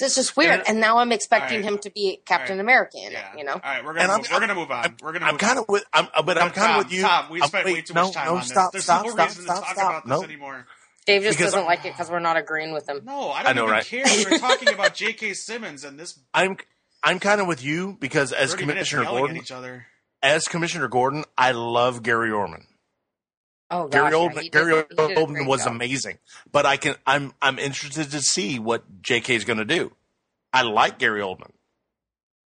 S3: this is just weird.
S2: Yeah.
S3: And now I'm expecting
S1: Alright.
S3: him to be Captain
S1: Alright.
S3: America in
S1: Yeah.
S3: it, you know?
S1: All right, we're
S2: And
S1: gonna
S2: I'm-
S1: move, we're gonna move on. we're gonna.
S2: I'm
S1: move on.
S2: kind of with, I'm, uh, but I'm
S1: No,
S2: kind
S1: Tom,
S2: of with you.
S1: Tom, we
S2: I'm-
S1: spent
S2: wait,
S1: way too
S2: no,
S1: much time
S2: no,
S1: on this.
S2: stop,
S1: There's
S2: stop,
S1: no
S2: stop,
S1: reason
S2: stop,
S1: to talk about
S2: stop.
S1: this
S2: No.
S1: anymore.
S3: Dave just
S2: Because
S3: doesn't
S2: I-
S3: like it because we're not agreeing with him.
S1: No, I don't
S2: I know,
S1: even
S2: right?
S1: care. We were talking about J.K. Simmons and this
S2: I'm I'm kind of with you because as
S1: 30 minutes
S2: Commissioner
S1: yelling at
S2: Gordon,
S1: each other.
S2: as Commissioner Gordon, I love Gary Orman.
S3: Oh,
S2: Gary
S3: gosh. yeah,
S2: Oldman,
S3: he did-
S2: Gary
S3: he did a
S2: Oldman
S3: great
S2: was
S3: job.
S2: amazing, but I can I'm I'm interested to see what J.K. is going to do. I like Gary Oldman,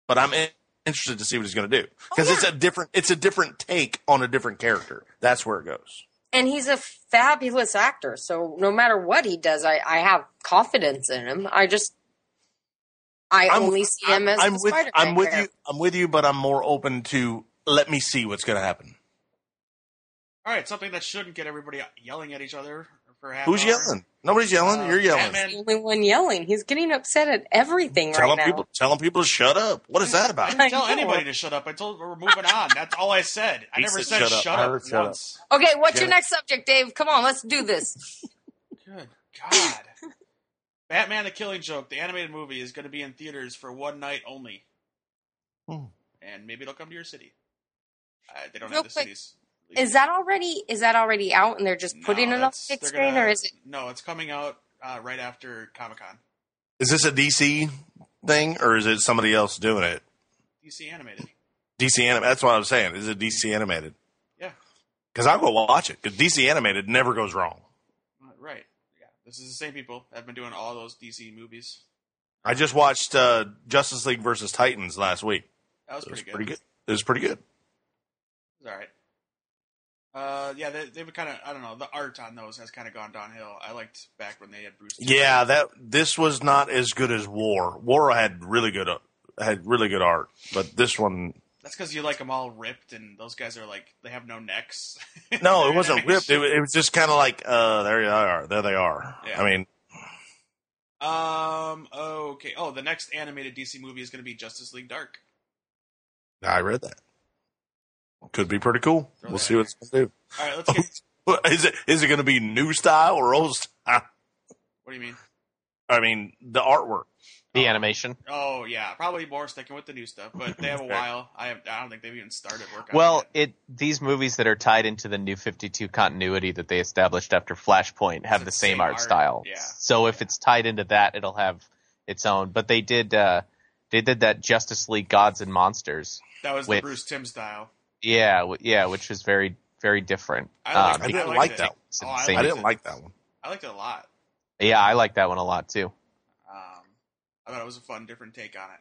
S2: but I'm in- interested to see what he's going to do because it's
S3: Oh, yeah.
S2: a different it's a different take on a different character. That's where it goes.
S3: And he's a fabulous actor. So no matter what he does, I, I have confidence in him. I just, I
S2: I'm-
S3: only see him as
S2: I'm
S3: the
S2: with
S3: Spider-Man
S2: I'm with you.
S3: character.
S2: I'm with you, but I'm more open to let me see what's going to happen.
S1: All right, something that shouldn't get everybody yelling at each other for half
S2: Who's
S1: hour.
S2: yelling? Nobody's yelling.
S1: Uh,
S2: You're yelling.
S1: Batman.
S3: The only one yelling. He's getting upset at everything
S2: Telling
S3: right now.
S2: people telling people to shut up. What is that
S1: I
S2: about?
S1: didn't tell
S3: I know.
S1: anybody to shut up. I told we're moving on. That's all I said. I
S2: He
S1: never
S2: said
S1: said
S2: shut up.
S1: shut
S2: I
S1: up
S2: heard shut up.
S1: once.
S3: Okay, what's your
S2: Jenny-
S3: next subject, Dave? Come on, let's do this.
S1: Good God. Batman the Killing Joke, the animated movie, is going to be in theaters for one night only.
S2: Hmm.
S1: And maybe it'll come to your city. Uh, they don't
S3: Real
S1: have the
S3: quick,
S1: cities.
S3: Is that already is that already out and they're just
S1: No,
S3: putting it on
S1: that's-
S3: big
S1: they're
S3: screen
S1: gonna-
S3: or is it
S1: No, it's coming out uh, right after Comic Con.
S2: Is this a DC thing or is it somebody else doing it?
S1: DC animated.
S2: DC animated. That's what I was saying. Is it DC animated?
S1: Yeah,
S2: Because I'll go watch it. Because DC animated never goes wrong.
S1: Uh, right. Yeah, this is the same people that have been doing all those DC movies.
S2: I just watched uh, Justice League versus Titans last week.
S1: That was
S2: It was
S1: pretty good.
S2: pretty good. It was pretty good.
S1: It was all right. Uh, yeah, they, they've kind of I don't know the art on those has kind of gone downhill. I liked back when they had Bruce. Timm.
S2: Yeah, that this was not as good as War. War had really good uh, had really good art, but this one
S1: that's because you like them all ripped, and those guys are like they have no necks.
S2: no, it wasn't ripped. It, wa- it was just kind of like uh, there they are. There they are.
S1: Yeah.
S2: I mean,
S1: Um. Okay. Oh, the next animated DC movie is going to be Justice League Dark.
S2: I read that. Could be pretty cool.
S1: Throw
S2: we'll
S1: that
S2: see
S1: in
S2: what it's gonna do.
S1: All right. Let's get.
S2: What- Is it is it gonna be new style or old style?
S1: what do you mean?
S2: I mean, the artwork.
S4: The animation.
S1: Oh yeah, probably more sticking with the new stuff, but they have a
S2: Okay.
S1: while. I have, I don't think they've even started work. on
S4: Well,
S1: it yet.
S4: it these movies that are tied into the new 52 continuity that they established after Flashpoint have
S1: It's
S4: the same, art, style.
S1: yeah.
S4: So if it's tied into that, it'll have its own. But they did uh, they did that Justice League Gods and Monsters.
S1: that was the
S4: wait.
S1: Bruce Tim style.
S4: Yeah, w- yeah, which was very very different. Um,
S1: I like-
S2: Ah, I didn't
S1: liked
S2: like
S1: it.
S2: that.
S4: it's
S1: Oh, I
S4: insane.
S2: One. I didn't like that one.
S1: I liked it a lot.
S4: Yeah, I like that one a lot too.
S1: Um, I thought it was a fun, different take on it.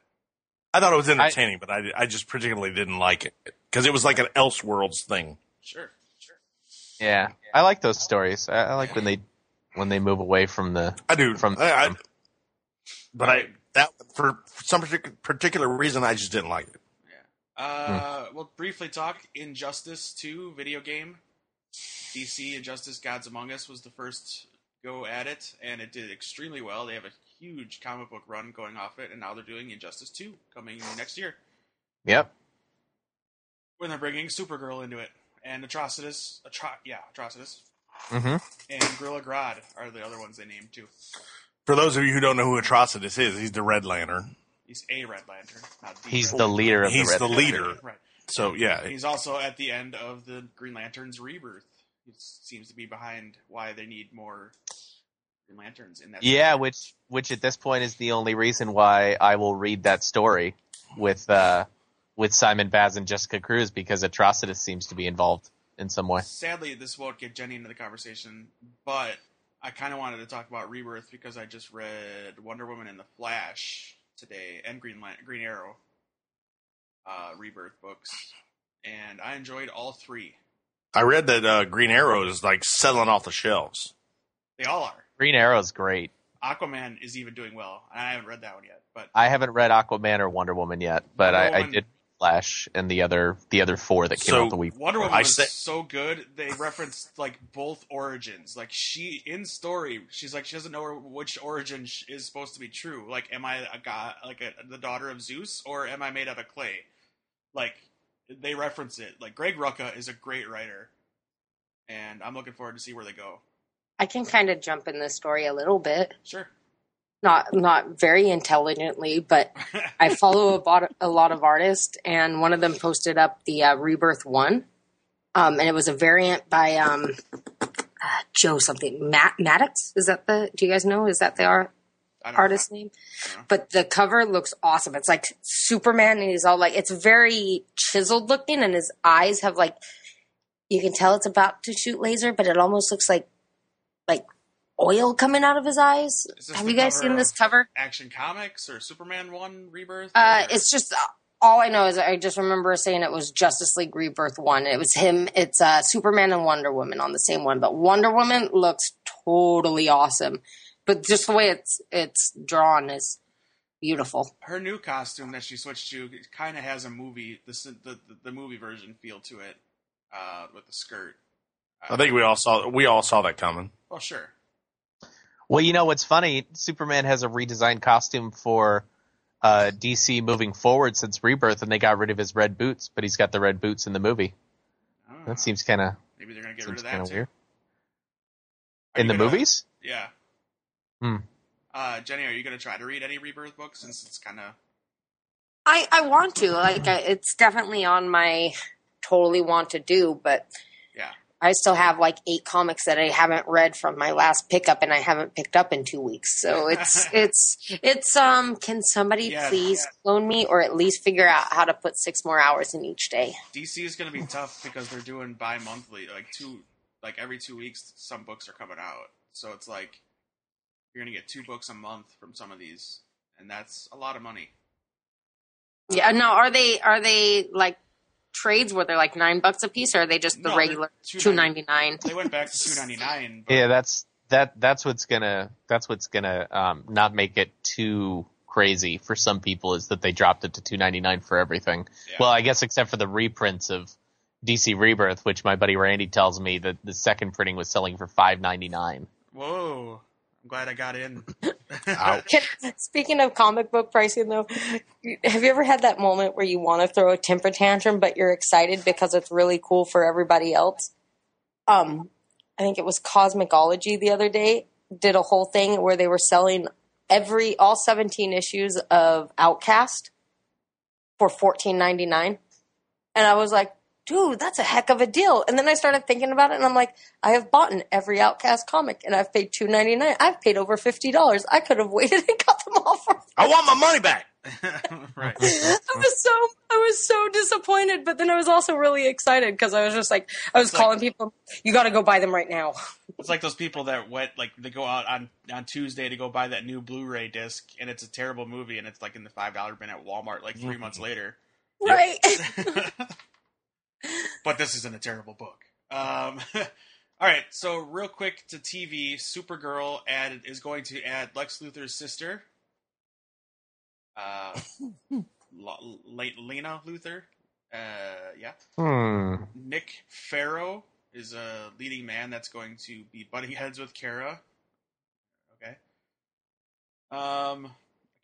S2: I thought it was entertaining, but I, I just particularly didn't like it because it was like an Elseworlds thing.
S1: Sure, sure.
S4: Yeah, I like those stories. I, I like when they when they move away from the
S2: I do
S4: From-
S2: I, I- but I that for some partic- particular reason I just didn't like it.
S1: Uh, We'll briefly talk Injustice 2 video game. DC Injustice Gods Among Us was the first go at it, and it did extremely well. They have a huge comic book run going off it, and now they're doing Injustice 2 coming next year
S4: yep.
S1: when they're bringing Supergirl into it. And Atrocitus, Atro- yeah, Atrocitus,
S4: hmm
S1: and Gorilla Grodd are the other ones they named too.
S2: For those of you who don't know who Atrocitus is, he's the Red Lantern.
S1: He's a Red Lantern, not the
S4: He's
S1: Red
S4: the leader of
S2: He's
S4: the Red
S2: the leader.
S1: Lantern. Right.
S2: So yeah,
S1: He's also at the end of the Green Lantern's rebirth. He seems to be behind why they need more Green Lanterns in that.
S4: Yeah,
S1: story.
S4: which which at this point is the only reason why I will read that story with uh with Simon Baz and Jessica Cruz because Atrocitus seems to be involved in some way.
S1: Sadly, this won't get Jenny into the conversation, but I kind of wanted to talk about rebirth because I just read Wonder Woman and the Flash today, and Green Lan- Green Arrow, uh, rebirth books, and I enjoyed all three.
S2: I read that uh, Green Arrow is like selling off the shelves.
S1: They all are.
S4: Green Arrow's great.
S1: Aquaman is even doing well, and I haven't read that one yet, but
S4: I haven't read Aquaman or Wonder Woman yet, but I,
S1: Wonder
S4: I
S1: Woman-
S4: did Flash and the other the other four that came
S2: So,
S4: out the week.
S1: Wonder Woman
S2: I
S1: was
S2: say-
S1: so good. They referenced like both origins. Like she in story, she's like she doesn't know which origin sh- is supposed to be true. Like, am I a god, like a, the daughter of Zeus, or am I made out of clay? Like they reference it. Like Greg Rucka is a great writer, and I'm looking forward to see where they go.
S3: I can kind of jump in this story a little bit,
S1: Sure.
S3: not not very intelligently, but I follow a, bot- a lot of artists, and one of them posted up the uh, Rebirth one, um, and it was a variant by um, uh, Joe something Matt Maddox. Is that the? Do you guys know? Is that the art?
S1: I don't know.
S3: artist name.
S1: Yeah.
S3: But the cover looks awesome. It's like Superman, and he's all like, it's very chiseled looking, and his eyes have like, you can tell it's about to shoot laser, but it almost looks like, like oil coming out of his eyes.
S1: Is this
S3: Have
S1: the
S3: you guys
S1: cover uh,
S3: seen this
S1: of-
S3: cover?
S1: Action Comics or Superman One Rebirth.
S3: Uh,
S1: or-
S3: it's just all I know is I just remember saying it was Justice League Rebirth one. It was him. It's uh, Superman and Wonder Woman on the same one, but Wonder Woman looks totally awesome. But just the way it's it's drawn is beautiful.
S1: her new costume that she switched to kind of has a movie the, s- the the- the movie version feel to it uh, with the skirt.
S2: I think we all saw we all saw that coming.
S1: Well, sure.
S4: Well, you know what's funny? Superman has a redesigned costume for uh, DC moving forward since Rebirth, and they got rid of his red boots, but he's got the red boots in the movie.
S1: I don't know.
S4: That seems kind of
S1: Maybe they're gonna get rid
S4: seems
S1: of
S4: kind
S1: that
S4: of
S1: too.
S4: weird.
S1: Are
S4: In
S1: you
S4: the
S1: gonna-
S4: movies?
S1: Yeah.
S4: Hmm.
S1: Uh, Jenny, are you gonna try to read any rebirth books since it's kind of
S3: I I want to like I, it's definitely on my totally want to do, but
S1: Yeah.
S3: I still have like eight comics that I haven't read from my last pickup, and I haven't picked up in two weeks. So it's it's it's um. Can somebody
S1: Yeah.
S3: please loan me, or at least figure out how to put six more hours in each day?
S1: DC is gonna be tough because they're doing bi-monthly, like two, like every two weeks, some books are coming out. So it's like you're gonna get two books a month from some of these, and that's a lot of money.
S3: Yeah. Now, are they are they like trades where they're like nine bucks a piece, or are they just the
S1: No, they're
S3: regular two
S1: $2.99.
S3: ninety nine?
S1: They went back to two ninety nine.
S4: Yeah, that's that that's what's gonna that's what's gonna um, not make it too crazy for some people is that they dropped it to two ninety nine for everything.
S1: Yeah.
S4: Well, I guess except for the reprints of DC Rebirth, which my buddy Randy tells me that the second printing was selling for five ninety nine.
S1: Whoa. I'm glad I got in.
S2: Ouch.
S6: Can, speaking of comic book pricing, though, have you ever had that moment where you want to throw a temper tantrum, but you're excited because it's really cool for everybody else? Um, I think it was Cosmicology the other day did a whole thing where they were selling every all 17 issues of Outcast for 14.99, and I was like. Dude, that's a heck of a deal. And then I started thinking about it, and I'm like, I have bought in every Outcast comic, and I've paid two ninety nine. I've paid over fifty dollars. I could have waited and got them all for
S2: I want my money back.
S1: right.
S6: I was so I was so disappointed, but then I was also really excited because I was just like I was
S1: like-
S6: calling people, you got to go buy them right now.
S1: It's like those people that went like they go out on on Tuesday to go buy that new Blu-ray disc, and it's a terrible movie, and it's like in the five dollar bin at Walmart like 3 months later.
S6: Right?
S1: but this isn't a terrible book. Um, all right, so real quick to TV, Supergirl added is going to add Lex Luthor's sister, uh, L- Lena Luthor. Uh, yeah,
S4: Hmm.
S1: Nick Farrow is a leading man that's going to be butting heads with Kara. Okay. Um,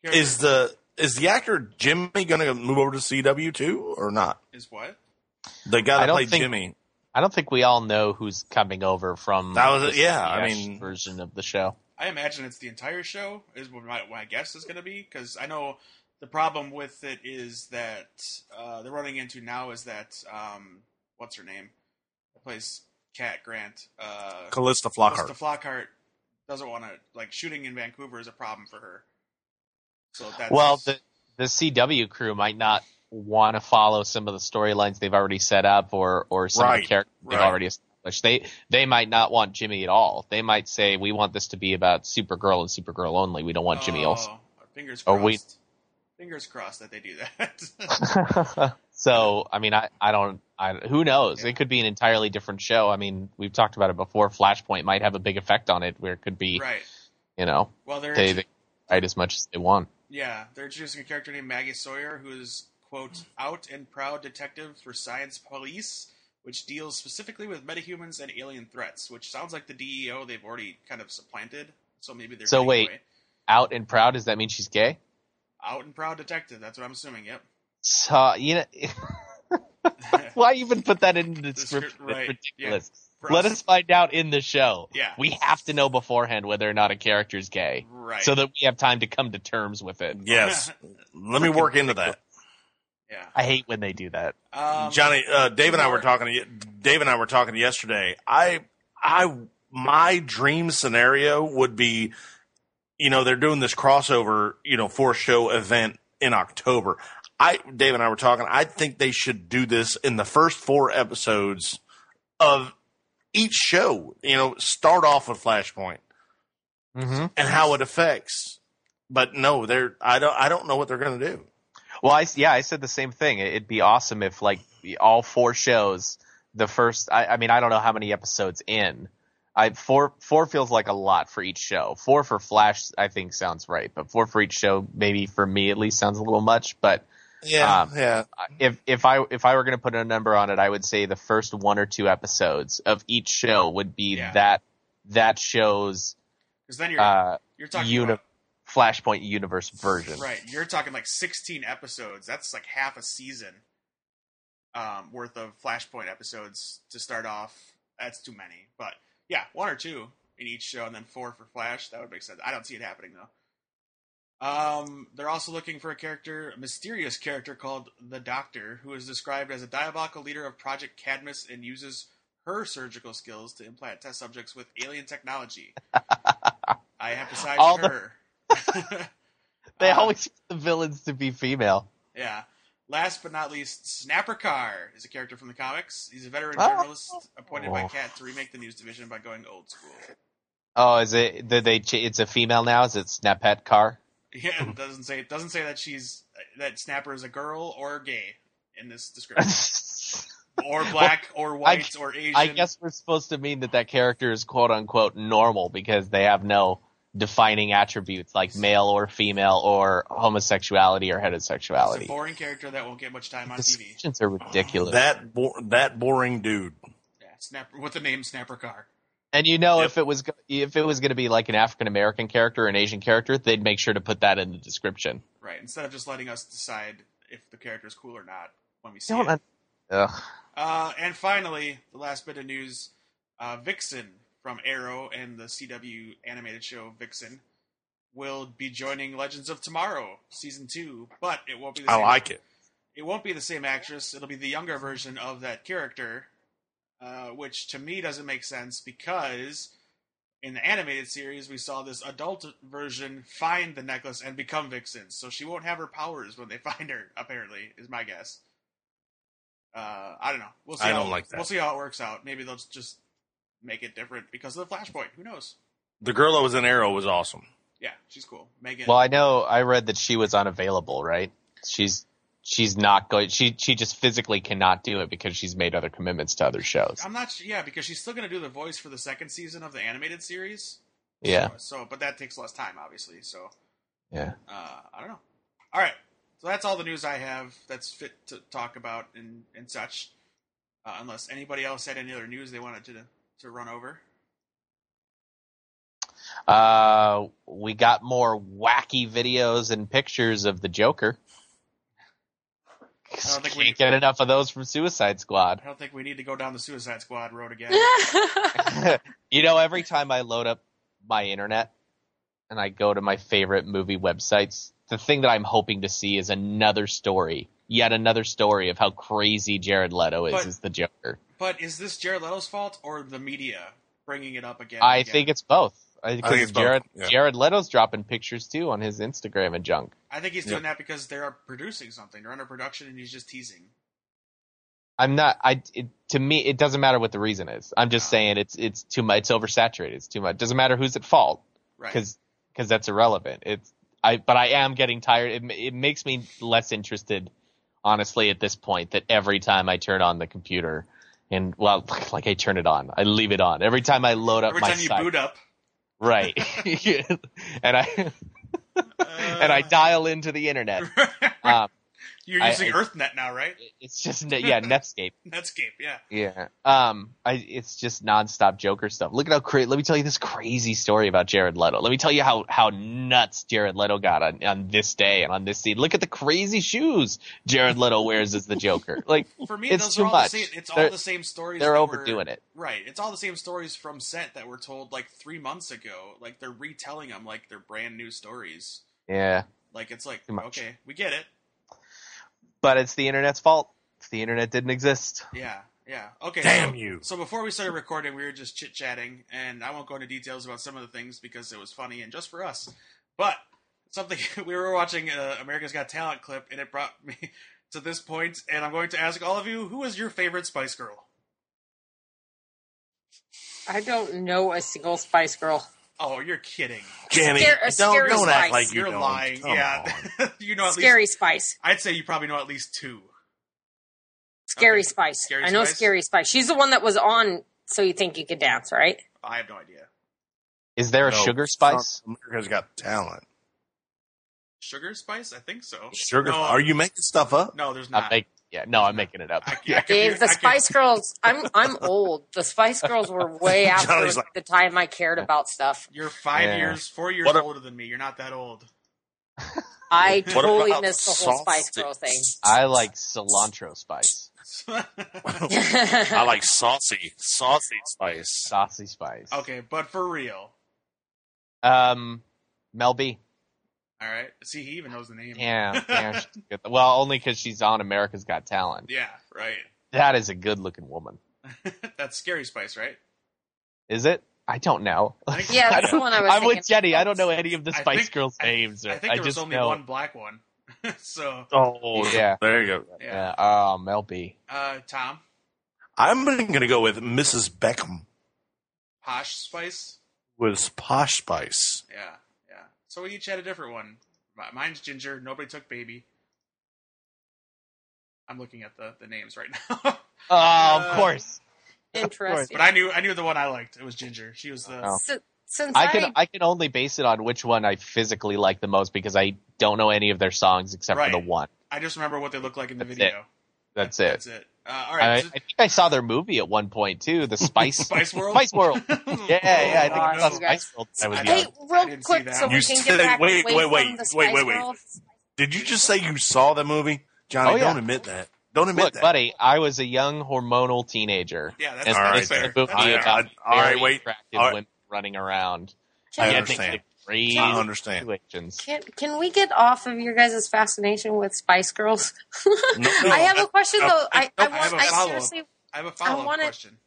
S1: character-
S2: Is the is the actor Jimmy going to move over to CW too or not?
S1: is what?
S2: The guy
S4: I
S2: that
S4: don't
S2: played
S4: think-
S2: Jimmy.
S4: I don't think we all know who's coming over from
S2: That was-
S4: this
S2: yeah, I
S4: Flash
S2: mean-
S4: version of the show.
S1: I imagine it's the entire show is what my, what my guess is going to be because I know the problem with it is that uh, they're running into now is that um, what's her name that plays Cat Grant uh,
S2: Callista
S1: Calista
S2: Flockhart.
S1: Flockhart doesn't want to like shooting in Vancouver is a problem for her. So that's
S4: Well, the the CW crew might not want to follow some of the storylines they've already set up or or some of
S2: Right,
S4: the characters they've
S2: right.
S4: already established. They they might not want Jimmy at all. They might say we want this to be about Supergirl and Supergirl only. We don't want Jimmy Olsen.
S1: Oh, Fingers
S4: Or
S1: crossed.
S4: we-
S1: Fingers crossed that they do that.
S4: so I mean I I don't I who knows?
S1: Yeah.
S4: It could be an entirely different show. I mean we've talked about it before. Flashpoint might have a big effect on it where it could be
S1: right.
S4: you know
S1: Well, they're
S4: they, they write as much as they want.
S1: yeah they're introducing a character named Maggie Sawyer who is quote out and proud detective for Science Police, which deals specifically with metahumans and alien threats. Which sounds like the DEO they've already kind of supplanted. So maybe they're
S4: So
S1: heading
S4: wait.
S1: away.
S4: Out and proud. Does that mean she's gay?
S1: out and proud detective. That's what I'm assuming. Yep.
S4: So you know. Why even put that in the
S1: The
S4: script?
S1: script, right.
S4: It's ridiculous.
S1: Yeah.
S4: Let us find out in the show.
S1: Yeah.
S4: We have to know beforehand whether or not a character's gay.
S1: right.
S4: So that we have time to come to terms with it.
S2: Yes. Let me work into that.
S1: yeah.
S4: I hate when they do that.
S1: Um,
S2: Johnny, uh, Dave and I were
S1: more-
S2: talking. To, Dave and I were talking yesterday. I, I, my dream scenario would be, you know, they're doing this crossover, you know, four show event in October. I, Dave and I were talking. I think they should do this in the first four episodes of each show. You know, start off with Flashpoint and how it affects. But no, they're. I don't. I don't know what they're going to do.
S4: Well, I, yeah, I said the same thing. It- It'd be awesome if, like, the- all four shows, the first, I, I mean, I don't know how many episodes in. I four four feels like a lot for each show. Four for Flash, I think, sounds right, but four for each show, maybe for me at least, sounds a little much. But
S2: Yeah.
S4: Um,
S2: yeah.
S4: if if I if I were going to put a number on it, I would say the first one or two episodes of each show would be
S1: Yeah.
S4: that that show's
S1: 'cause then you're
S4: uh,
S1: you're talking
S4: uni-
S1: about
S4: Flashpoint universe version.
S1: Right. You're talking like 16 episodes. That's like half a season um, worth of Flashpoint episodes to start off. That's too many. But yeah, one or two in each show and then four for Flash. That would make sense. I don't see it happening though. Um, they're also looking for a character, a mysterious character called the Doctor, who is described as a diabolical leader of Project Cadmus and uses her surgical skills to implant test subjects with alien technology. I emphasize
S4: All the-
S1: her.
S4: They
S1: Uh,
S4: always want the villains to be female.
S1: yeah. Last but not least, Snapper Carr is a character from the comics. He's a veteran
S4: Oh.
S1: journalist appointed by
S4: Oh.
S1: Cat to remake the news division by going old school.
S4: Oh, is it did they? ch- It's a female now. Is it Snapette Car?
S1: Yeah, it doesn't say it doesn't say that she's that Snapper is a girl or gay in this description, or black or white or Asian.
S4: I guess we're supposed to mean that that character is quote unquote normal because they have no defining attributes like male or female or homosexuality or
S1: it's a
S4: heterosexuality.
S1: boring character that won't get much time on
S4: The
S1: TV.
S4: decisions are ridiculous.
S2: That bo- that boring dude.
S1: Yeah, Snapper with the name Snapper Carr.
S4: And you know,
S2: Yep.
S4: if it was go- if it was going to be like an African American character, or an Asian character, they'd make sure to put that in the description.
S1: right? Instead of just letting us decide if the character is cool or not when we see
S4: Don't.
S1: it.
S4: Un- Ugh.
S1: Uh, and finally, the last bit of news: uh, Vixen from Arrow and the CW animated show Vixen will be joining Legends of Tomorrow season two, but it won't be. The
S2: I
S1: same
S2: like it.
S1: it won't be the same actress. It'll be the younger version of that character, uh, which to me doesn't make sense because in the animated series we saw this adult version find the necklace and become Vixen. So she won't have her powers when they find her. Apparently, is my guess. Uh, I don't know. We'll see.
S2: I
S1: how,
S2: don't like that.
S1: We'll see how it works out. Maybe they'll just make it different because of the Flashpoint. Who knows?
S2: The girl that was in Arrow was awesome.
S1: Yeah, she's cool. Megan.
S4: Well, I know I read that she was unavailable, right? She's she's not going. She she just physically cannot do it because she's made other commitments to other shows.
S1: I'm not sure. Yeah, because she's still going to do the voice for the second season of the animated series.
S4: Yeah,
S1: So, so, but that takes less time, obviously. So,
S4: yeah.
S1: uh, I don't know. All right. So that's all the news I have that's fit to talk about and, and such. Uh, unless anybody else had any other news they wanted to to run over.
S4: Uh, we got more wacky videos and pictures of the Joker.
S1: I don't think we-
S4: Can't get enough of those from Suicide Squad.
S1: I don't think we need to go down the Suicide Squad road again.
S4: you know, every time I load up my internet and I go to my favorite movie websites, the thing that I'm hoping to see is another story, yet another story of how crazy Jared Leto is
S1: But-
S4: as the Joker.
S1: but is this Jared Leto's fault or the media bringing it up again? and
S4: I
S1: again?
S4: think it's both. I think,
S2: think it's both,
S4: Jared
S2: yeah.
S4: Jared Leto's dropping pictures too on his Instagram and junk.
S1: I think he's doing that because they're producing something. They're under production and he's just teasing.
S4: I'm not. I it, to me, it doesn't matter what the reason is. I'm just saying it's it's too much. It's oversaturated. It's too much. Doesn't matter who's at fault.
S1: Right.
S4: because that's irrelevant. It's I but I am getting tired. It, ma- it makes me less interested, honestly, at this point. That every time I turn on the computer, and well, like I turn it on, I leave it on every time I load up
S1: Every
S4: my
S1: time you
S4: site,
S1: boot up.
S4: right? and I and
S1: Uh,
S4: I dial into the internet. Um,
S1: You're
S4: I-
S1: using
S4: I-
S1: EarthNet now, right?
S4: it's just ne- yeah, Netscape.
S1: Netscape, yeah.
S4: Yeah. Um. I. It's just nonstop Joker stuff. Look at how crazy. Let me tell you this crazy story about Jared Leto. Let me tell you how how nuts Jared Leto got on on this day and on this scene. Look at the crazy shoes Jared Leto wears as the Joker. Like
S1: For me,
S4: It's
S1: those
S4: too
S1: are all
S4: much.
S1: the same. It's all
S4: They're-
S1: the same stories.
S4: they're
S1: that
S4: overdoing
S1: were,
S4: it.
S1: right? It's all the same stories from set that were told like three months ago. Like they're retelling them like they're brand new stories.
S4: Yeah.
S1: Like it's like
S4: Too much.
S1: okay, we get it.
S4: But it's the internet's fault. The internet didn't exist.
S1: Yeah, yeah. Okay.
S2: Damn
S1: so,
S2: you.
S1: So before we started recording, we were just chit chatting, and I won't go into details about some of the things because it was funny and just for us. But something we were watching uh, America's Got Talent clip, and it brought me to this point, and I'm going to ask all of you, who is your favorite Spice Girl?
S3: I don't know a single Spice Girl.
S1: Oh, you're kidding.
S2: Jenny,
S3: Scare- a
S2: don't,
S3: scary
S2: don't act
S3: spice.
S2: like you
S1: You're
S2: don't.
S1: lying.
S2: Come
S1: yeah,
S2: on.
S1: you know at
S3: Scary
S1: least.
S3: Spice.
S1: I'd say you probably know at least two.
S3: Scary
S1: Okay.
S3: Spice.
S1: Scary
S3: I know
S1: Spice?
S3: Scary Spice. She's the one that was on So You Think You Can Dance, right?
S1: I have no idea.
S4: Is there a
S2: No,
S4: sugar spice?
S2: America's Got Talent.
S1: Sugar Spice? I think so.
S2: Sugar.
S1: No.
S2: Are you making stuff up?
S1: No, there's
S4: I'm
S1: not.
S4: make, yeah. No, I'm making it up.
S1: I, I
S4: Yeah.
S1: could be-
S3: Dave, the
S1: I could-
S3: Spice Girls. I'm I'm old. The Spice Girls were way after
S2: Johnny's like-
S3: the time I cared about stuff.
S1: You're five
S4: Yeah.
S1: years, four years
S2: What a-
S1: older than me. You're not that old.
S3: I
S2: What
S3: totally
S2: about
S3: missed the whole
S2: sauce
S3: Spice Girl thing.
S2: sticks?
S4: I like cilantro spice,
S2: I like saucy, saucy spice.
S4: saucy spice.
S1: okay, but for real.
S4: Um, Mel B.
S1: All right. See, he even knows the name.
S4: Yeah, yeah. she's good. Well, only because she's on America's Got Talent.
S1: Yeah, right.
S4: That is a good-looking woman,
S1: That's Scary Spice, right?
S4: is it? I don't know.
S1: I think,
S3: yeah,
S4: I
S3: that's the
S4: don't-
S3: one I was
S4: I'm
S3: thinking.
S4: with Jenny. I don't know any of the
S1: I
S4: Spice
S1: think-
S4: Girls
S1: I-
S4: names. Or,
S1: I think there was
S4: just
S1: only
S4: know.
S1: one black one. so,
S2: Oh,
S4: Yeah.
S2: There you go.
S1: yeah.
S4: Yeah. Oh, Mel B.
S1: Uh, Tom,
S2: I'm going to go with Mrs. Beckham
S1: Posh Spice.
S2: with posh spice.
S1: Yeah, yeah. So we each had a different one. Mi- Mine's Ginger. Nobody took Baby. I'm looking at the, the names right now.
S4: Oh,
S1: Uh,
S4: of course.
S3: Interesting.
S1: but I knew I knew the one I liked. It was Ginger. She was the
S4: Oh.
S3: Si- since I,
S4: I can I can only base it on which one I physically like the most because I don't know any of their songs except
S1: Right.
S4: for the one.
S1: I just remember what they looked like in the
S4: That's
S1: video.
S4: That's it.
S1: That's it. Uh, all
S4: I, I
S1: right.
S4: think I saw their movie at one point too, the Spice
S1: Spice World?
S4: Spice World. Yeah, yeah. I think I
S1: Oh,
S4: saw
S1: no.
S4: Spice World. when I was
S1: I
S4: young.
S3: Hey,
S1: I
S3: real
S1: didn't see
S3: quick,
S1: that
S3: so
S1: one.
S3: we
S2: You
S3: can
S2: said-
S3: get back
S2: wait,
S3: away
S2: wait,
S3: from
S2: wait,
S3: the Spice
S2: wait, wait, wait.
S3: World.
S2: Did you just say you saw the movie, Johnny?
S4: Oh, yeah.
S2: Don't admit that. Don't admit
S4: Look,
S2: that.
S4: buddy, I was a young hormonal teenager.
S1: Yeah, that's,
S4: And
S2: All
S1: that's
S2: right,
S1: fair.
S4: a movie
S1: That's
S2: I-
S1: fair.
S4: about
S2: I- all right,
S4: very
S2: wait.
S4: attractive
S2: All right.
S4: women running around.
S2: I
S3: Can,
S4: Yeah, things
S2: understand.
S4: like crazy
S2: I understand.
S4: situations.
S3: can, can we get off of your guys' fascination with Spice Girls?
S2: No,
S3: I have
S2: I-
S3: a question
S2: I-
S3: though. I, I
S1: I
S3: want.
S1: have a
S3: I,
S1: follow-up.
S3: seriously.
S1: I have a follow up
S3: wanna-
S1: question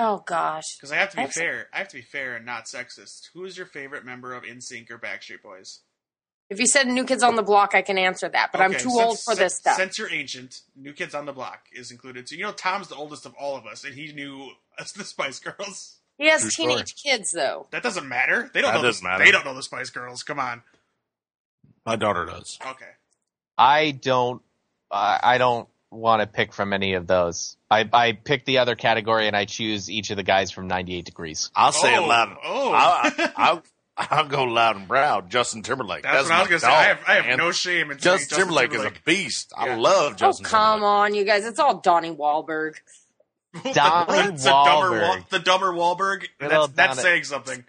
S3: Oh gosh.
S1: because I have to be
S3: I have some-
S1: fair. I have to be fair and not sexist. Who is your favorite member of InSync or Backstreet Boys?
S3: If you said New Kids on the Block, I can answer that, but I'm
S1: Okay,
S3: too
S1: since-
S3: old for
S1: since-
S3: this stuff.
S1: Since you're ancient, New Kids on the Block is included. So you know Tom's the oldest of all of us, and he knew us, the Spice Girls.
S3: he has
S2: True story.
S3: teenage kids though.
S1: That doesn't matter. They don't
S2: That
S1: know.
S2: doesn't
S1: the,
S2: matter.
S1: They don't know the Spice Girls. Come on.
S2: my daughter does.
S1: Okay.
S4: I don't. I I don't want to pick from any of those. I I pick the other category and I choose each of the guys from 98 Degrees.
S2: I'll say it
S1: Oh,
S2: loud. and-
S1: oh.
S2: I'll, I'll, I'll go loud and proud. Justin Timberlake.
S1: That's, what I was
S2: my
S1: gonna say. I
S2: dog,
S1: have, I
S2: man.
S1: have no shame in saying
S2: Justin
S1: Justin
S2: Timberlake, is
S1: Timberlake.
S2: a beast. I
S1: Yeah.
S2: love Justin.
S3: oh come
S2: Timberlake.
S3: on, you guys! It's all Donnie Wahlberg.
S4: Donnie
S1: That's a dumber Wa-
S4: Wahlberg.
S1: the dumber Wahlberg.
S4: Little
S1: That's, that's
S4: Donnie-
S1: saying something.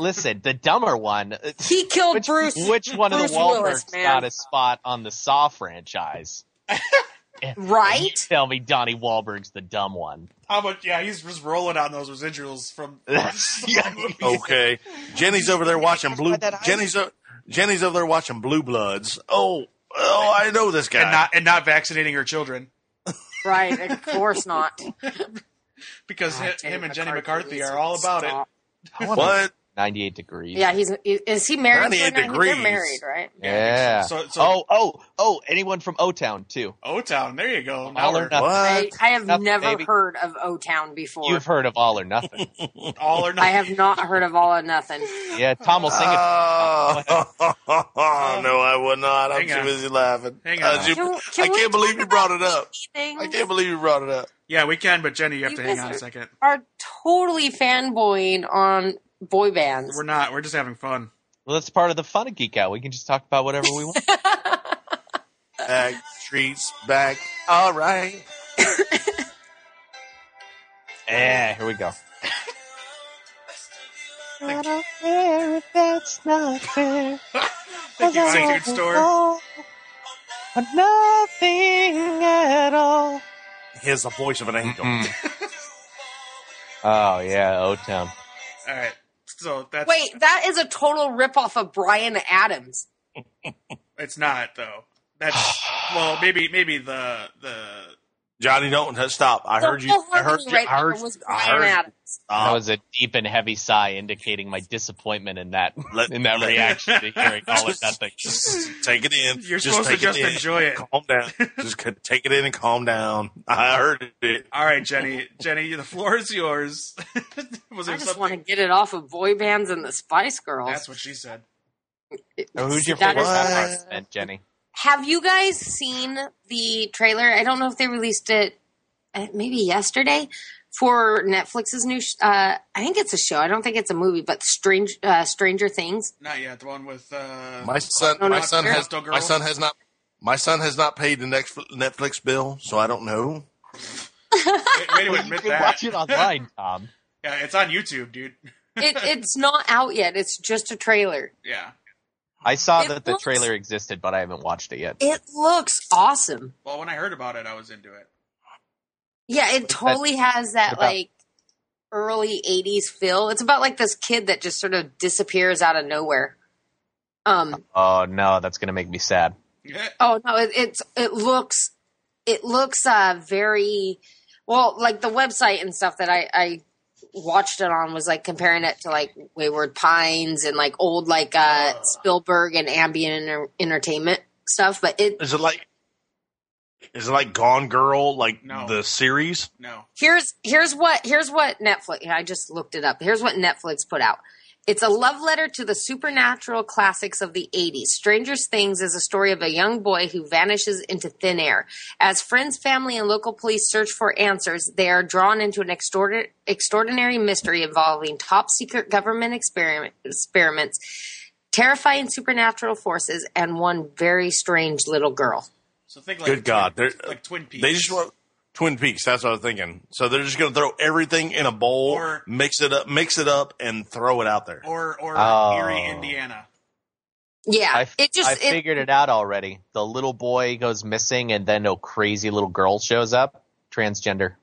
S4: Listen, the dumber one. uh,
S3: He killed
S4: Which,
S3: Bruce.
S4: which one of
S3: Bruce
S4: the
S3: Willis,
S4: Wahlbergs
S3: man.
S4: got a spot on the Saw franchise? And you
S3: Right?
S4: tell me Donnie Wahlberg's the dumb one.
S1: How much? Yeah, he's just rolling on those residuals from.
S4: Yeah.
S2: Oh, Okay, Jenny's over there watching blue.
S4: Why that I-
S2: Jenny's o- Jenny's over there watching Blue Bloods. Oh, oh, I know this guy.
S1: and not and not vaccinating her children
S3: Right? Of course not.
S1: because hi-
S3: God, Ah, Jenny
S1: him and Jenny
S3: McCarthy
S1: McCarthy
S3: is-
S1: are all about it.
S3: stop.
S4: I wanna-
S2: what?
S4: 98 degrees.
S3: Yeah, he's is he married? To
S2: 98
S3: her now? They're
S2: degrees.
S3: married, right?
S1: Yeah, I
S4: Yeah.
S1: think so. So- so-
S4: oh, oh, oh, anyone from O Town, too.
S1: O Town, there you go. Now
S4: All
S1: we're
S4: or nothing.
S3: I,
S2: What?
S3: I have
S4: Uh, Nothing,
S3: never
S4: baby.
S3: heard of O Town before.
S4: You've heard of All or Nothing.
S1: all or nothing.
S3: I have not heard of all or nothing.
S4: yeah, Tom will sing it.
S1: Uh,
S2: Oh, no, I would not. I'm
S1: Hang
S2: too
S1: on.
S2: busy laughing.
S1: Hang
S2: Uh,
S1: on.
S2: you-
S3: Can-
S2: I
S3: can we
S2: can't believe
S3: talk
S2: you brought
S3: about
S2: it up.
S3: Things
S2: I can't believe you brought it up.
S1: Yeah, we can, but Jenny, you have
S3: You
S1: to hang
S3: guys
S1: on a
S3: are-
S1: second.
S3: are totally fanboying on boy bands.
S1: We're not. We're just having fun.
S4: Well, that's part of the fun of Geek Out. We can just talk about whatever we want.
S2: Back streets back. All right.
S4: yeah, here we go.
S3: Oh,
S1: Thank you, iTunes Store.
S4: Nothing at all.
S2: He has the voice of an angel.
S1: Mm-hmm.
S4: Hmm. Oh, yeah, O Town.
S1: All right. So that's
S3: Wait, that is a total ripoff of Brian Adams.
S1: It's not though. That's well, maybe maybe the the
S2: Johnny, don't stop. I
S3: The
S2: heard you.
S3: whole
S2: I heard
S3: harmony
S2: you.
S3: right
S2: I heard.
S3: there was
S2: I
S3: Brian
S2: heard.
S3: Adams.
S4: that
S2: Uh,
S4: was a deep and heavy sigh indicating my disappointment in that
S2: Let-
S4: in that
S2: let-
S4: reaction to hearing all or
S2: just-
S4: nothing.
S2: Just take it in.
S1: You're
S2: just
S1: supposed to
S2: take
S1: just
S2: it in.
S1: enjoy it.
S2: Calm down. just c- take it in and calm down. I heard it.
S1: All right, Jenny. Jenny, the floor is yours. Was
S3: I
S1: there
S3: just want to
S1: something?
S3: get it off of boy bands and the Spice Girls.
S1: That's what she said.
S4: So who's your
S3: That
S4: favorite
S3: is-
S4: vampire
S2: What?
S4: spent, Jenny?
S3: Have you guys seen the trailer? I don't know if they released it uh, maybe yesterday for Netflix's new. Sh- uh, I think it's a show. I don't think it's a movie, but Strange uh, Stranger Things.
S1: Not yet. The one with uh,
S2: My son.
S3: No,
S2: my
S3: no,
S2: son
S3: you're-
S2: has.
S1: Little girl.
S2: My son has not. My son has not paid the next Netflix bill, so I don't know.
S1: Way- way to admit
S4: You can
S1: that.
S4: watch it online, Tom.
S1: Yeah, it's on YouTube, dude.
S3: It, it's not out yet. It's just a trailer.
S1: Yeah.
S4: I saw
S3: It
S4: that the
S3: looks-
S4: trailer existed, but I haven't watched it yet.
S3: It looks awesome.
S1: Well, when I heard about it, I was into it.
S3: Yeah, it totally has that
S4: about-
S3: like early '80s feel. It's about like this kid that just sort of disappears out of nowhere. Um.
S4: Oh no, that's gonna make me sad.
S1: Yeah.
S3: Oh no, it, it's it looks it looks uh very well like the website and stuff that I I watched it on was like comparing it to like Wayward Pines and like old like uh Spielberg and ambient enter- entertainment stuff, but it
S2: Is it like? Is it like Gone Girl, like
S1: No.
S2: the series?
S1: No.
S3: here's here's what here's what Netflix I just looked it up. Here's what Netflix put out. It's a love letter to the supernatural classics of the 80s. Stranger Things is a story of a young boy who vanishes into thin air. As friends, family, and local police search for answers, they are drawn into an extraordi- extraordinary mystery involving top secret government experiment- experiments, terrifying supernatural forces, and one very strange little girl.
S1: So think like
S2: Good God,
S1: Twin,
S2: they're-
S1: like Twin Peaks.
S2: They just want Twin Peaks. That's what I was thinking. So they're just going to throw everything in a bowl,
S1: Or-
S2: mix it up, mix it up, and throw it out there.
S1: or or
S4: Oh.
S1: Erie, Indiana.
S3: Yeah,
S4: I, f-
S3: it just
S4: I
S3: it-
S4: figured it out already. The little boy goes missing, and then a crazy little girl shows up. Transgender.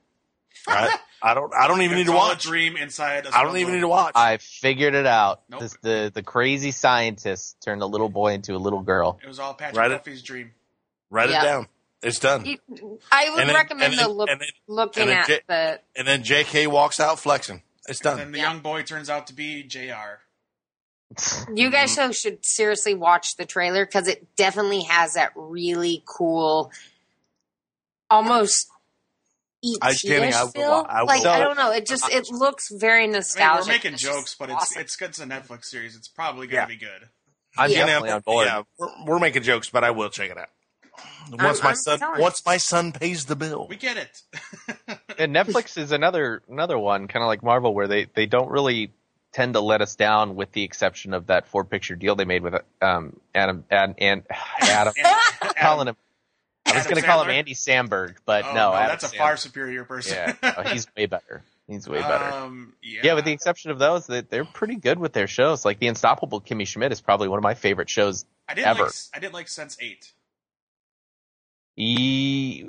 S2: I, I don't. I don't even need
S1: It's
S2: to
S1: all
S2: watch.
S1: a dream inside. I
S2: I don't even need to watch.
S4: I figured it out.
S1: Nope.
S4: This, the the crazy scientist turned a little boy into a little girl.
S1: It was all Patrick
S2: Right.
S1: Duffy's dream.
S2: Write
S3: Yeah.
S2: it down. It's done.
S3: you- I would
S2: And then-
S3: recommend
S2: and then-
S3: the look,
S2: and then-
S3: looking
S2: and then
S3: at
S2: J-
S3: the.
S2: And then J.K. walks out flexing. It's
S1: And then
S2: done.
S1: the
S3: Yeah.
S1: young boy turns out to be Jr.
S3: You guys
S2: Mm-hmm.
S3: so should seriously watch the trailer because it definitely has that really cool, almost.
S2: I
S3: ET-ish
S2: kidding, I will
S3: feel.
S2: wa- I will
S3: like I
S4: watch-
S3: don't know. It just it looks very
S1: I mean,
S3: nostalgic.
S1: we're making
S3: It's just
S1: jokes, but
S3: awesome.
S1: it's it's good. It's a Netflix series. It's probably gonna
S2: Yeah.
S1: be good.
S4: I'm
S3: Yeah.
S4: definitely on board.
S2: Yeah, we're, we're making jokes, but I will check it out. Once my
S3: I'm
S2: son,
S3: telling you.
S2: once my son pays the bill,
S1: We get it.
S4: And Netflix is another another one, kind of like Marvel, where they they don't really tend to let us down, with the exception of that four picture deal they made with um Adam and and Adam.
S1: Adam-
S4: calling him. I was
S1: Adam
S4: going to call him
S1: Sandler?
S4: Andy Samberg, but
S1: Oh,
S4: no, Adam
S1: that's a
S4: Sandler.
S1: far superior person.
S4: Yeah, no, he's way better. He's way better.
S1: Um, yeah.
S4: yeah. with the exception of those, they, they're pretty good with their shows. Like The Unstoppable Kimmy Schmidt is probably one of my favorite shows.
S1: I didn't
S4: ever.
S1: like I didn't like Sense Eight.
S4: E-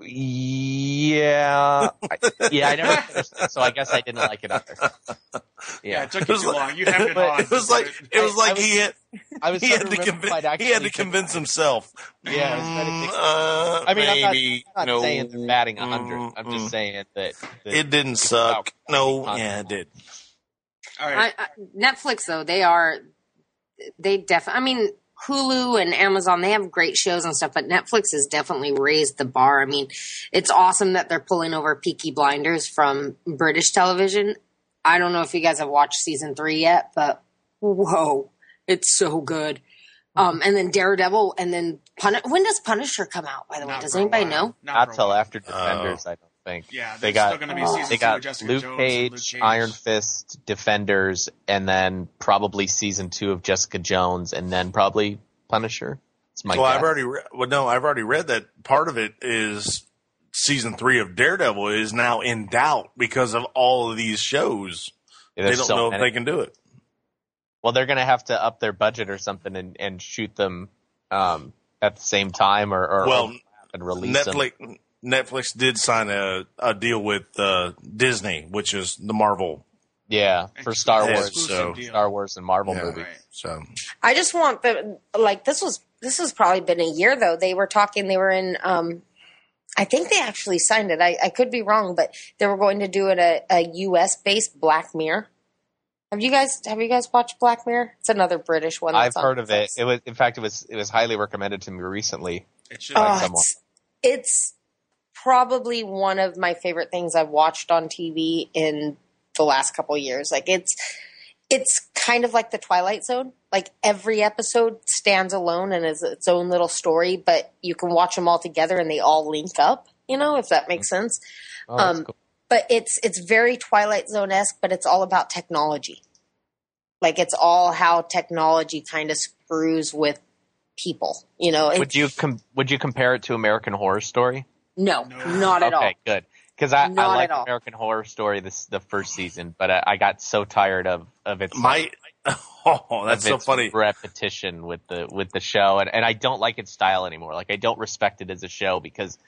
S4: yeah, I, yeah, I never finished it, so I guess I didn't like it either.
S1: Yeah,
S4: Yeah,
S1: it took
S2: It
S1: you
S2: was
S1: too
S2: like-
S1: long. You haven't been on.
S2: it was like it was
S4: I-
S2: like
S4: I
S2: he had
S4: I was
S2: he
S4: trying
S2: had
S4: to
S2: to
S4: remember if I'd
S2: convince he had
S4: actually
S2: to
S4: been-
S2: convinz himself.
S4: Yeah, I was trying to
S2: Mm,
S4: think-
S2: uh,
S4: I mean, I'm not-
S2: maybe
S4: I'm not
S2: no.
S4: saying they're batting a hundred.
S2: Mm,
S4: I'm
S2: mm.
S4: just saying that, that
S2: It didn't suck. No, yeah, it did.
S1: All right.
S3: I, I, Netflix though they are they def I mean Hulu and Amazon they have great shows and stuff but Netflix has definitely raised the bar. I mean, it's awesome that they're pulling over Peaky Blinders from British television. I don't know if you guys have watched season 3 yet, but whoa, it's so good. Um, and then Daredevil, and then Pun- when does Punisher come out? By the way,
S1: Not
S3: does
S1: for a
S3: anybody
S1: while.
S3: know?
S1: Not for
S4: not
S1: a
S4: till
S1: while.
S2: Oh.
S4: after Defenders. I don't think.
S1: Yeah, there's
S4: they got uh,
S1: still going to be season
S4: they
S1: two with
S4: got
S1: Jessica
S4: Luke,
S1: Jones and
S4: Cage,
S1: Luke Cage.
S4: Iron Fist, Defenders, and then probably season two of Jessica Jones, and then probably Punisher. It's my
S2: well, I've
S4: guess.
S2: already re- well, no, I've already read that part of it is season three of Daredevil is now in doubt because of all of these shows.
S4: There's
S2: they don't
S4: so
S2: know
S4: many.
S2: if they can do it.
S4: well, they're going to have to up their budget or something and, and shoot them um, at the same time or, or
S2: Well,
S4: overlap and release them.
S2: Netflix Netflix did sign a, a deal with uh, Disney, which is the Marvel.
S4: Yeah, for Star
S2: Yeah,
S4: Wars,
S1: Exclusive
S2: so-
S1: deal.
S4: Star Wars and Marvel
S2: Yeah.
S4: movies.
S1: Right.
S2: So
S3: I just want the like this was this has probably been a year though. They were talking they were in um I think they actually signed it. I, I could be wrong, but they were going to do it a, a US based Black Mirror. Have you guys have you guys watched Black Mirror? It's another British one.
S4: I've
S3: that's on
S4: heard of it.
S3: Netflix.
S4: It was, in fact, it was it was highly recommended to me recently.
S1: It should.
S4: by
S3: Oh,
S4: someone.
S3: it's, it's probably one of my favorite things I've watched on TV in the last couple of years. Like it's it's kind of like the Twilight Zone. Like every episode stands alone and is its own little story, but you can watch them all together and they all link up. You know, if that makes sense.
S4: Oh, that's
S3: Um,
S4: cool.
S3: But it's it's very Twilight Zone esque, but it's all about technology. Like it's all how technology kind of screws with people. You know, it's,
S4: Would you com- would you compare it to American Horror Story?
S3: no,
S1: No.
S3: not at
S4: okay,
S3: all.
S4: good. Because I, I
S3: Not
S4: liked
S3: at all.
S4: American Horror Story this the first season, but I, I got so tired of of its
S2: my oh,
S4: of
S2: that's so
S4: its
S2: funny.
S4: repetition with the with the show, and and I don't like its style anymore. Like I don't respect it as a show because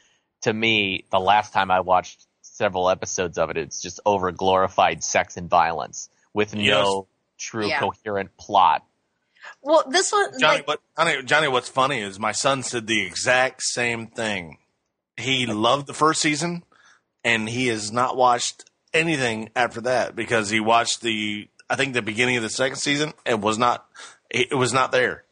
S4: to me, the last time I watched several episodes of it, it's just over glorified sex and violence with
S2: Yes.
S4: no true
S3: Yeah.
S4: coherent plot.
S3: Well, this one,
S2: Johnny,
S3: like,
S2: what Johnny, Johnny, what's funny is my son said the exact same thing. He loved the first season, and he has not watched anything after that because he watched the I think the beginning of the second season and was not it it was not there.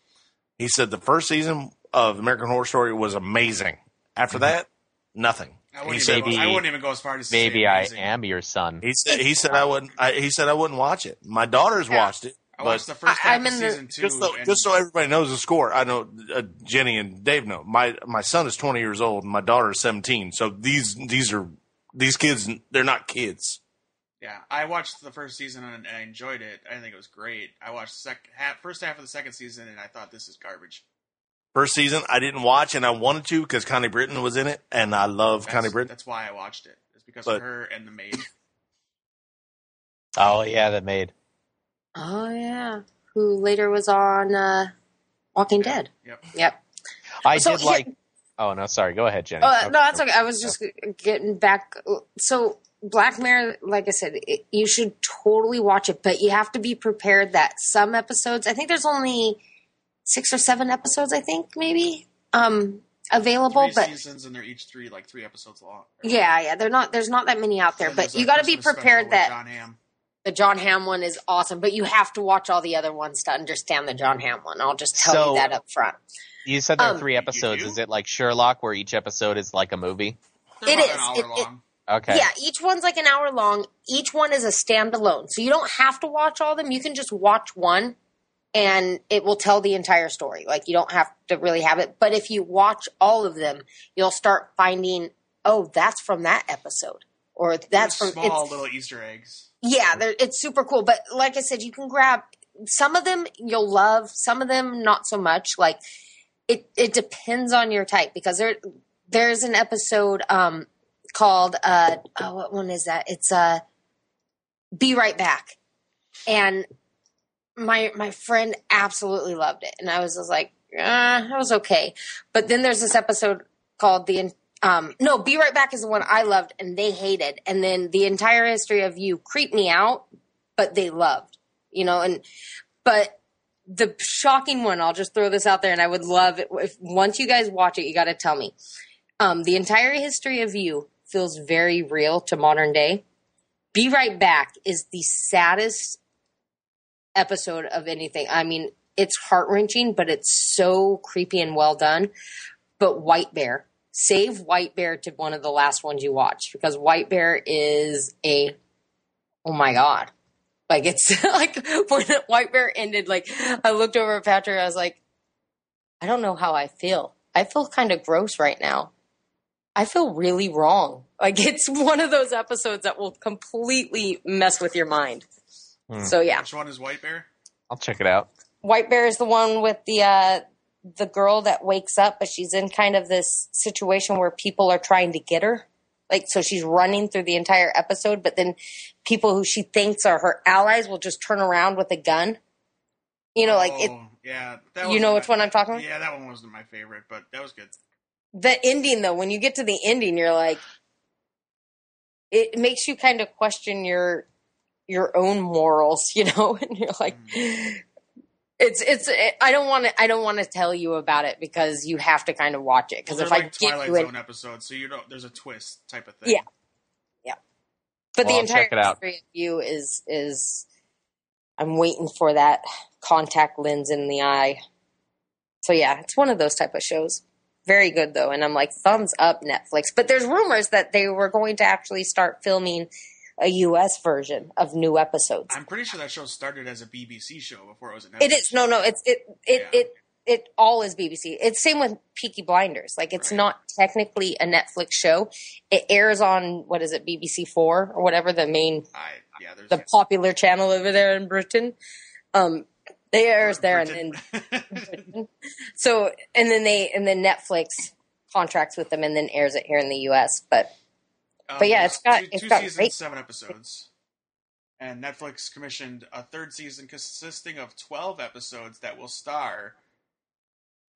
S2: He said the first season of American Horror Story was amazing. After
S3: Mm-hmm.
S2: that, nothing.
S1: I
S2: He
S1: wouldn't,
S2: said,
S1: even, go- I
S4: Maybe-
S1: wouldn't even go as far as to say
S4: Maybe I
S1: amazing.
S4: am your son.
S2: He said he said I wouldn't. I, he said I wouldn't watch it. My daughter's
S3: Yeah.
S2: watched it.
S1: I watched
S2: but
S1: the first
S3: I-
S1: half
S3: I'm
S1: of
S3: in the-
S1: season two.
S2: just so
S1: and
S2: just so everybody knows the score. I know uh, Jenny and Dave know. My my son is twenty years old. and My daughter is seventeen. So these these are these kids. They're not kids.
S1: yeah, I watched the first season and I enjoyed it. I think it was great. I watched the sec- half, first half of the second season and I thought this is garbage.
S2: First season, I didn't watch, and I wanted to because Connie Britton was in it, and I love
S1: That's,
S2: Connie Britton.
S1: That's why I watched it. It's because
S2: But-
S1: of her and the maid.
S4: Oh yeah, that made.
S3: Oh yeah, who later was on uh, Walking Dead.
S1: Yep.
S3: Yep.
S4: I
S3: So
S4: did
S3: here-
S4: like. Oh no, sorry. Go ahead, Jenny.
S3: Uh, no, that's okay. I was just getting back. So Black Mirror, like I said, it, you should totally watch it, but you have to be prepared that some episodes. I think there's only six or seven episodes. I think maybe um available,
S1: Three
S3: but
S1: seasons, and they're each three like three episodes long.
S3: yeah, yeah, they're not. There's not that many out there,
S1: Then
S3: but
S1: there's a
S3: you got to be
S1: Christmas special
S3: prepared
S1: with
S3: that
S1: John Hamm.
S3: the John Ham one is awesome, but you have to watch all the other ones to understand the John Ham one. I'll just tell
S4: So-
S3: you that up front.
S4: You said there
S3: Um,
S4: are three
S1: You
S4: episodes.
S1: do?
S4: Is it like Sherlock, where each episode is like a movie?
S1: They're
S3: It
S1: about
S3: is.
S1: an hour
S3: It- it-
S1: long.
S4: Okay.
S3: Yeah, each one's like an hour long. Each one is a standalone. So you don't have to watch all of them. You can just watch one and it will tell the entire story. Like you don't have to really have it. But if you watch all of them, you'll start finding, oh, that's from that episode. Or that's
S1: They're
S3: from
S1: small
S3: it's,
S1: little Easter eggs.
S3: yeah, they're- it's super cool. But like I said, you can grab some of them you'll love, some of them not so much. Like it it depends on your type because there there's an episode um called uh oh, what one is that? It's uh Be Right Back. And my my friend absolutely loved it. And I was just like, uh, that was okay. But then there's this episode called the um no be right back is the one i loved and they hated and then the entire history of you creeped me out but they loved you know and but the shocking one i'll just throw this out there and i would love it if once you guys watch it you got to tell me um the entire history of you feels very real to modern day be right back is the saddest episode of anything i mean it's heart-wrenching but it's so creepy and well done but White Bear. Save White Bear to one of the last ones you watch because White Bear is a oh my god. Like it's like when White Bear ended, like I looked over at Patrick, I was like, I don't know how I feel. I feel kind of gross right now. I feel really wrong. Like it's one of those episodes that will completely mess with your mind.
S4: Hmm.
S3: So yeah.
S1: Which one is White Bear?
S4: I'll check it out.
S3: White Bear is the one with the uh, the girl that wakes up, but she's in kind of this situation where people are trying to get her. Like, so she's running through the entire episode, but then people who she thinks are her allies will just turn around with a gun. You know, like it.
S1: Oh, yeah, that
S3: You know
S1: wasn't
S3: which one I'm talking
S1: my-
S3: about.
S1: Yeah, that one wasn't my favorite, but that was good.
S3: The ending, though, when you get to the ending, you're like, it makes you kind of question your your own morals, you know, and you're like,
S1: Mm.
S3: it's it's. I don't want to. I don't want to tell you about it because you have to kind of watch it because
S1: They're
S3: if I
S1: like
S3: get
S1: Twilight
S3: you
S1: Zone
S3: in,
S1: episodes, so you don't. There's a twist type of thing.
S3: Yeah. but
S4: Well,
S3: the
S4: I'll
S3: entire
S4: check it out.
S3: history of you is is. I'm waiting for that contact lens in the eye. So yeah, it's one of those type of shows. Very good though, and I'm like thumbs up Netflix. But there's rumors that they were going to actually start filming a U.S. version of new episodes.
S1: I'm pretty sure that show started as a BBC show before it was an.
S3: It is no, no. It's it it
S1: Yeah.
S3: it it all is BBC. It's same with Peaky Blinders. Like it's
S1: Right.
S3: not technically a Netflix show. It airs on what is it BBC Four or whatever the main
S1: I yeah. There's
S3: the popular channel over there in Britain. Um, they airs there and then
S1: then.
S3: so and then they and then Netflix contracts with them and then airs it here in the U.S. But But yeah, it's got-
S1: Um, two,
S3: it's
S1: two
S3: got
S1: seasons,
S3: great-
S1: seven episodes, and Netflix commissioned a third season consisting of twelve episodes that will star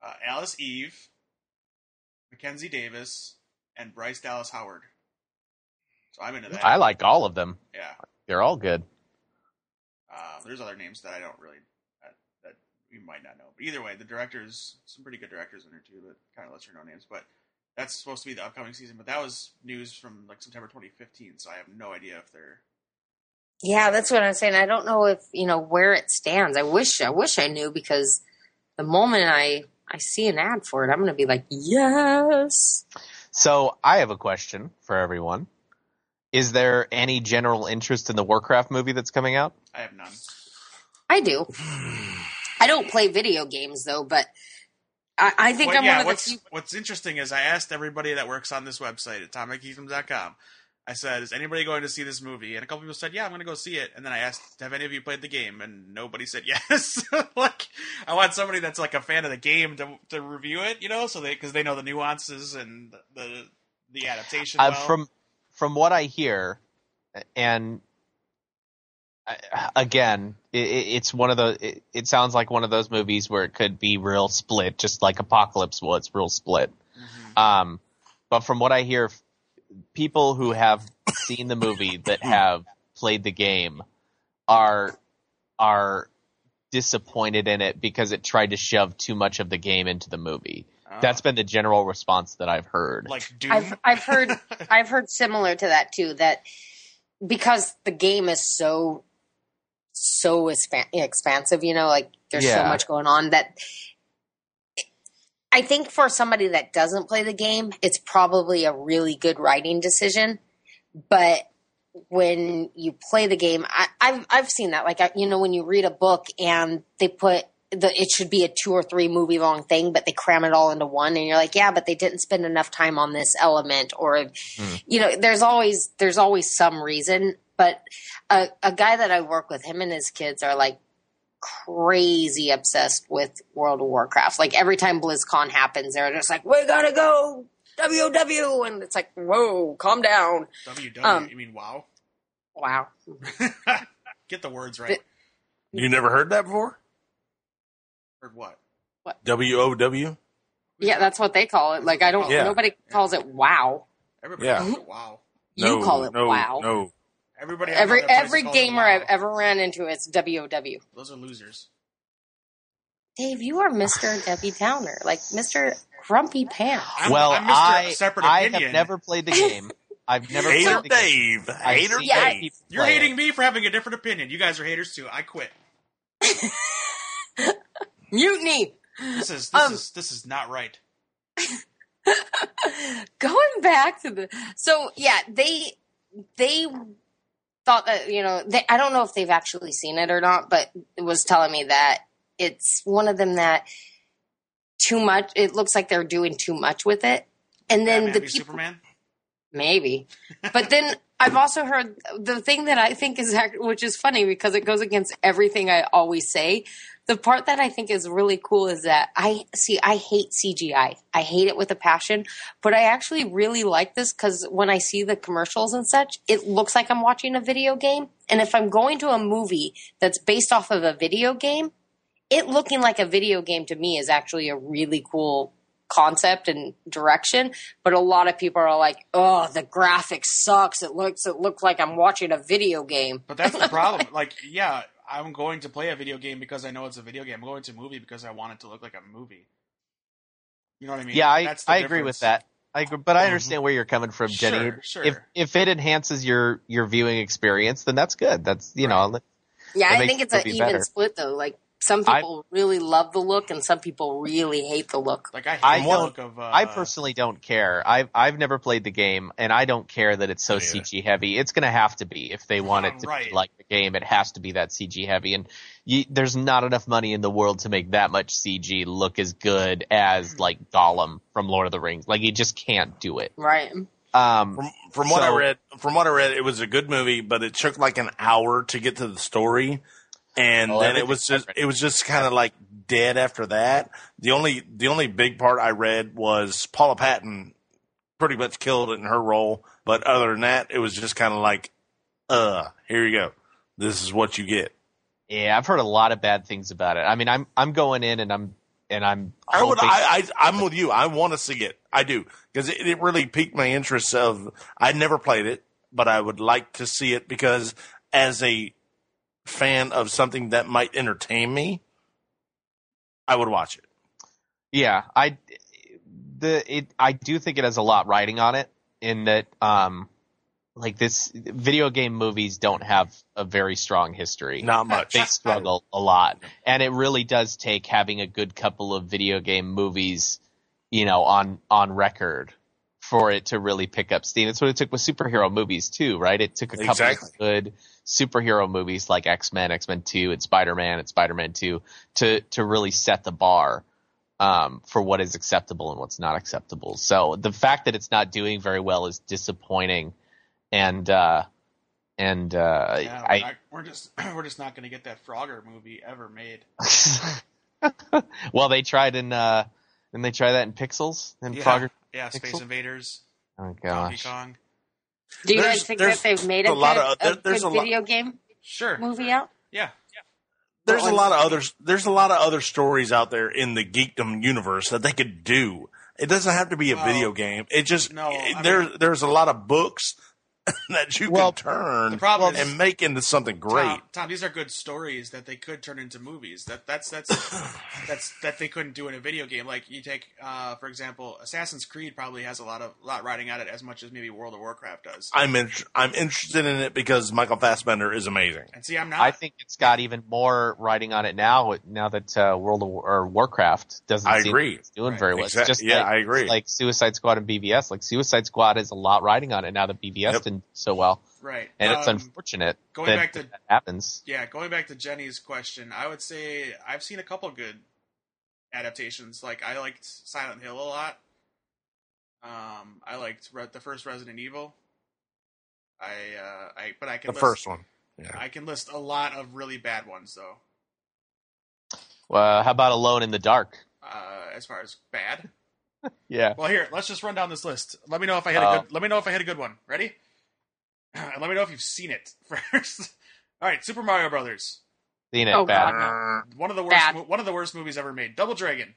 S1: uh, Alice Eve, Mackenzie Davis, and Bryce Dallas Howard. So I'm into that.
S4: I like all of them.
S1: yeah.
S4: They're all good.
S1: Uh, there's other names that I don't really that, that you might not know, but either way, the directors some pretty good directors in there too, but kind of lets you know names. But that's supposed to be the upcoming season. But that was news from like September 2015, so I have no idea if they're
S3: yeah, that's what I'm saying. I don't know if you know where it stands. I wish I wish I knew because the moment I I see an ad for it, I'm going to be like, yes.
S4: So I have a question for everyone. Is there any general interest in the Warcraft movie that's coming out?
S1: I have none.
S3: I do. I don't play video games though, but I, I think
S1: Well,
S3: I'm
S1: yeah,
S3: one of the
S1: what's
S3: few.
S1: what's interesting is I asked everybody that works on this website at atomicgeekdom.com I said, "Is anybody going to see this movie?" And a couple people said, "Yeah, I'm going to go see it." And then I asked, "Have any of you played the game?" And nobody said yes. like, I want somebody that's like a fan of the game to to review it, you know, so they because they know the nuances and the the adaptation.
S4: Uh,
S1: well.
S4: from from what I hear, and I- again, it, it's one of the. It, it sounds like one of those movies where it could be real split, just like Apocalypse was real split.
S1: Mhm.
S4: Um, but from what I hear, f- people who have seen the movie that have played the game are are disappointed in it because it tried to shove too much of the game into the movie.
S1: Uh,
S4: That's been the general response that I've heard.
S1: like Doom.
S3: I've I've heard I've heard similar to that too. That because the game is so so expan- expansive, you know, like there's so
S4: Yeah.
S3: much going on that. I think for somebody that doesn't play the game, it's probably a really good writing decision. But when you play the game, I, I've I've seen that. Like I, you know, when you read a book and they put the it should be a two or three movie long thing, but they cram it all into one, and you're like, yeah, but they didn't spend enough time on this element, or you know, there's always there's always some reason. But a, a guy that I work with, him and his kids are like crazy obsessed with World of Warcraft. Like every time BlizzCon happens, they're just like, we gotta go. WW and it's like, whoa, calm down.
S1: WW.
S3: um,
S1: you mean wow?
S3: Wow.
S1: Get the words right.
S2: You never heard that before?
S1: Or what?
S2: W O W.
S3: Yeah, that's what they call it. Like I don't.
S2: Yeah.
S3: Nobody calls it wow.
S1: Everybody
S2: Yeah.
S1: calls it wow.
S3: You
S2: no,
S3: call it
S2: no,
S3: wow.
S2: No.
S1: Everybody. I know
S3: Every
S1: that plays
S3: every
S1: calls it
S3: gamer
S1: wow.
S3: I've ever ran into, it's WOW.
S1: Those are losers.
S3: Dave, you are Mister Debbie Downer, like Mister Grumpy Pants.
S1: I'm,
S4: well,
S1: I'm Mr.
S4: I-
S1: Separate
S4: I
S1: Opinion.
S4: have never played the game. I've never played
S2: Hater
S4: the game.
S2: Dave.
S4: I've
S2: Hater
S4: seen
S3: Yeah,
S2: Dave.
S4: people
S1: You're
S4: play
S1: hating
S4: it.
S1: me for having a different opinion. You guys are haters too. I quit.
S3: Mutiny.
S1: This is this
S3: Um,
S1: is this is not right.
S3: Going back to the so yeah they they thought that you know they, I don't know if they've actually seen it or not, but it was telling me that it's one of them that too much. It looks like they're doing too much with it, and then
S1: Batman
S3: the
S1: v
S3: people.
S1: Superman.
S3: maybe but then i've also heard the thing that i think is act- which is funny because it goes against everything i always say the part that i think is really cool is that i see i hate cgi i hate it with a passion but i actually really like this because when i see the commercials and such it looks like i'm watching a video game and if i'm going to a movie that's based off of a video game it looking like a video game to me is actually a really cool concept and direction but a lot of people are like oh the graphics sucks it looks it looks like i'm watching a video game
S1: But that's the problem. like, yeah, I'm going to play a video game because I know it's a video game. I'm going to a movie because I want it to look like a movie. You know what I mean?
S4: Yeah, I,
S1: That's the
S4: I agree with
S1: difference.
S4: that. I agree, but I understand where you're coming from,
S1: Sure,
S4: Jenny.
S1: sure.
S4: If if it enhances your your viewing experience, then that's good. That's you know,
S3: yeah
S4: That
S3: i
S4: makes
S3: think
S4: the
S3: it's an
S4: movie
S3: even
S4: better.
S3: split though like some
S4: I-
S3: people really love the look and some people really hate the look
S1: Like I hate
S4: I
S1: the
S4: don't-
S1: look of. Uh,
S4: I personally don't care. I've I've never played the game, and I don't care that it's so
S2: Me either.
S4: CG heavy. It's going to have to be if they want it to
S1: Right.
S4: be like the game. It has to be that CG heavy, and you, there's not enough money in the world to make that much CG look as good
S2: Hmm.
S4: as like Gollum from Lord of the Rings. Like you just can't do it.
S3: right
S4: Um,
S2: From from what I
S4: So-
S2: read, from what I read, it was a good movie, but it took like an hour to get to the story, and
S4: Oh,
S2: then it was
S4: everything's
S2: just it was just kind of like dead after that. The only the only big part I read was Paula Patton pretty much killed it in her role, but other than that, it was just kind of like, uh, here you go, this is what you get.
S4: Yeah, I've heard a lot of bad things about it. I mean, I'm I'm going in and I'm and I'm
S2: I would.
S4: hoping-
S2: I, I. I'm with you. I want to see it. I do because it, it really piqued my interest. Of I never played it, but I would like to see it because as a fan of something that might entertain me, I would watch it.
S4: yeah, I the it I do think it has a lot riding on it in that um like this video game movies don't have a very strong history.
S2: Not much.
S4: They struggle a lot. And it really does take having a good couple of video game movies, you know, on on record for it to really pick up steam. That's what it took with superhero movies too, right? It took a couple
S2: Exactly.
S4: of good superhero movies like X-Men, X-Men 2, and Spider-Man, and Spider-Man 2 to to really set the bar um, for what is acceptable and what's not acceptable. So the fact that it's not doing very well is disappointing and uh, and uh,
S1: Yeah, we're, not, we're just we're just not going to get that Frogger movie ever made.
S4: I well they tried in uh, didn't they try that in Pixels and
S1: yeah,
S4: Frogger.
S1: yeah, Space
S4: Pixel?
S1: Invaders,
S4: Oh
S1: Donkey
S4: gosh,
S1: Kong.
S3: Do you
S2: There's-
S3: guys think
S2: there's
S3: that they've made
S2: a
S3: a,
S2: lot
S3: good,
S2: of- there-
S3: a
S2: there's
S3: good
S2: a lot-
S3: video game
S1: Sure.
S3: movie out?
S1: Yeah.
S2: there's a lot of others there's a lot of other stories out there in the geekdom universe that they could do it doesn't have to be a
S1: Well,
S2: video game it just
S1: no, I
S2: there
S1: mean-
S2: there's a lot of books that you
S4: Well,
S2: can turn
S1: The problem is
S2: and make into something great
S1: Tom, Tom, these are good stories that they could turn into movies. That that's that's that's that they couldn't do in a video game. Like you take, uh, for example, Assassin's Creed probably has a lot of lot riding on it as much as maybe World of Warcraft does.
S2: i'm in, i'm interested in it because michael fassbender is amazing
S1: and see, I'm not.
S4: I think it's got even more writing on it now. Now that uh, World of War, or Warcraft doesn't
S2: I
S4: seem
S2: agree.
S4: it's doing
S1: Right.
S4: very well. It's
S2: Exact-
S4: just
S2: yeah,
S4: like,
S2: I agree.
S4: Like Suicide Squad and BVS. Like Suicide Squad is a lot riding on it now that BVS
S2: Yep.
S4: didn't do so well,
S1: right.
S4: and it's
S1: Um,
S4: unfortunate
S1: going
S4: that,
S1: back to-
S4: that happens.
S1: yeah, going back to Jenny's question, I would say I've seen a couple good adaptations. Like I liked Silent Hill a lot. Um, I liked Re- the first Resident Evil. I, uh, I, but I can
S2: the
S1: list,
S2: first one
S1: I can list a lot of really bad ones though.
S4: Uh, how about Alone in the Dark?
S1: Uh, as far as bad.
S4: Yeah,
S1: Well, here, let's just run down this list. Let me know if I hit a
S4: Oh.
S1: good. Let me know if I hit a good one. Ready? And let me know if you've seen it first. All right, Super Mario Brothers.
S4: seen it
S3: Oh,
S4: bad,
S3: God.
S1: One of the worst.
S3: Bad.
S1: Mo- one of the worst movies ever made. Double Dragon.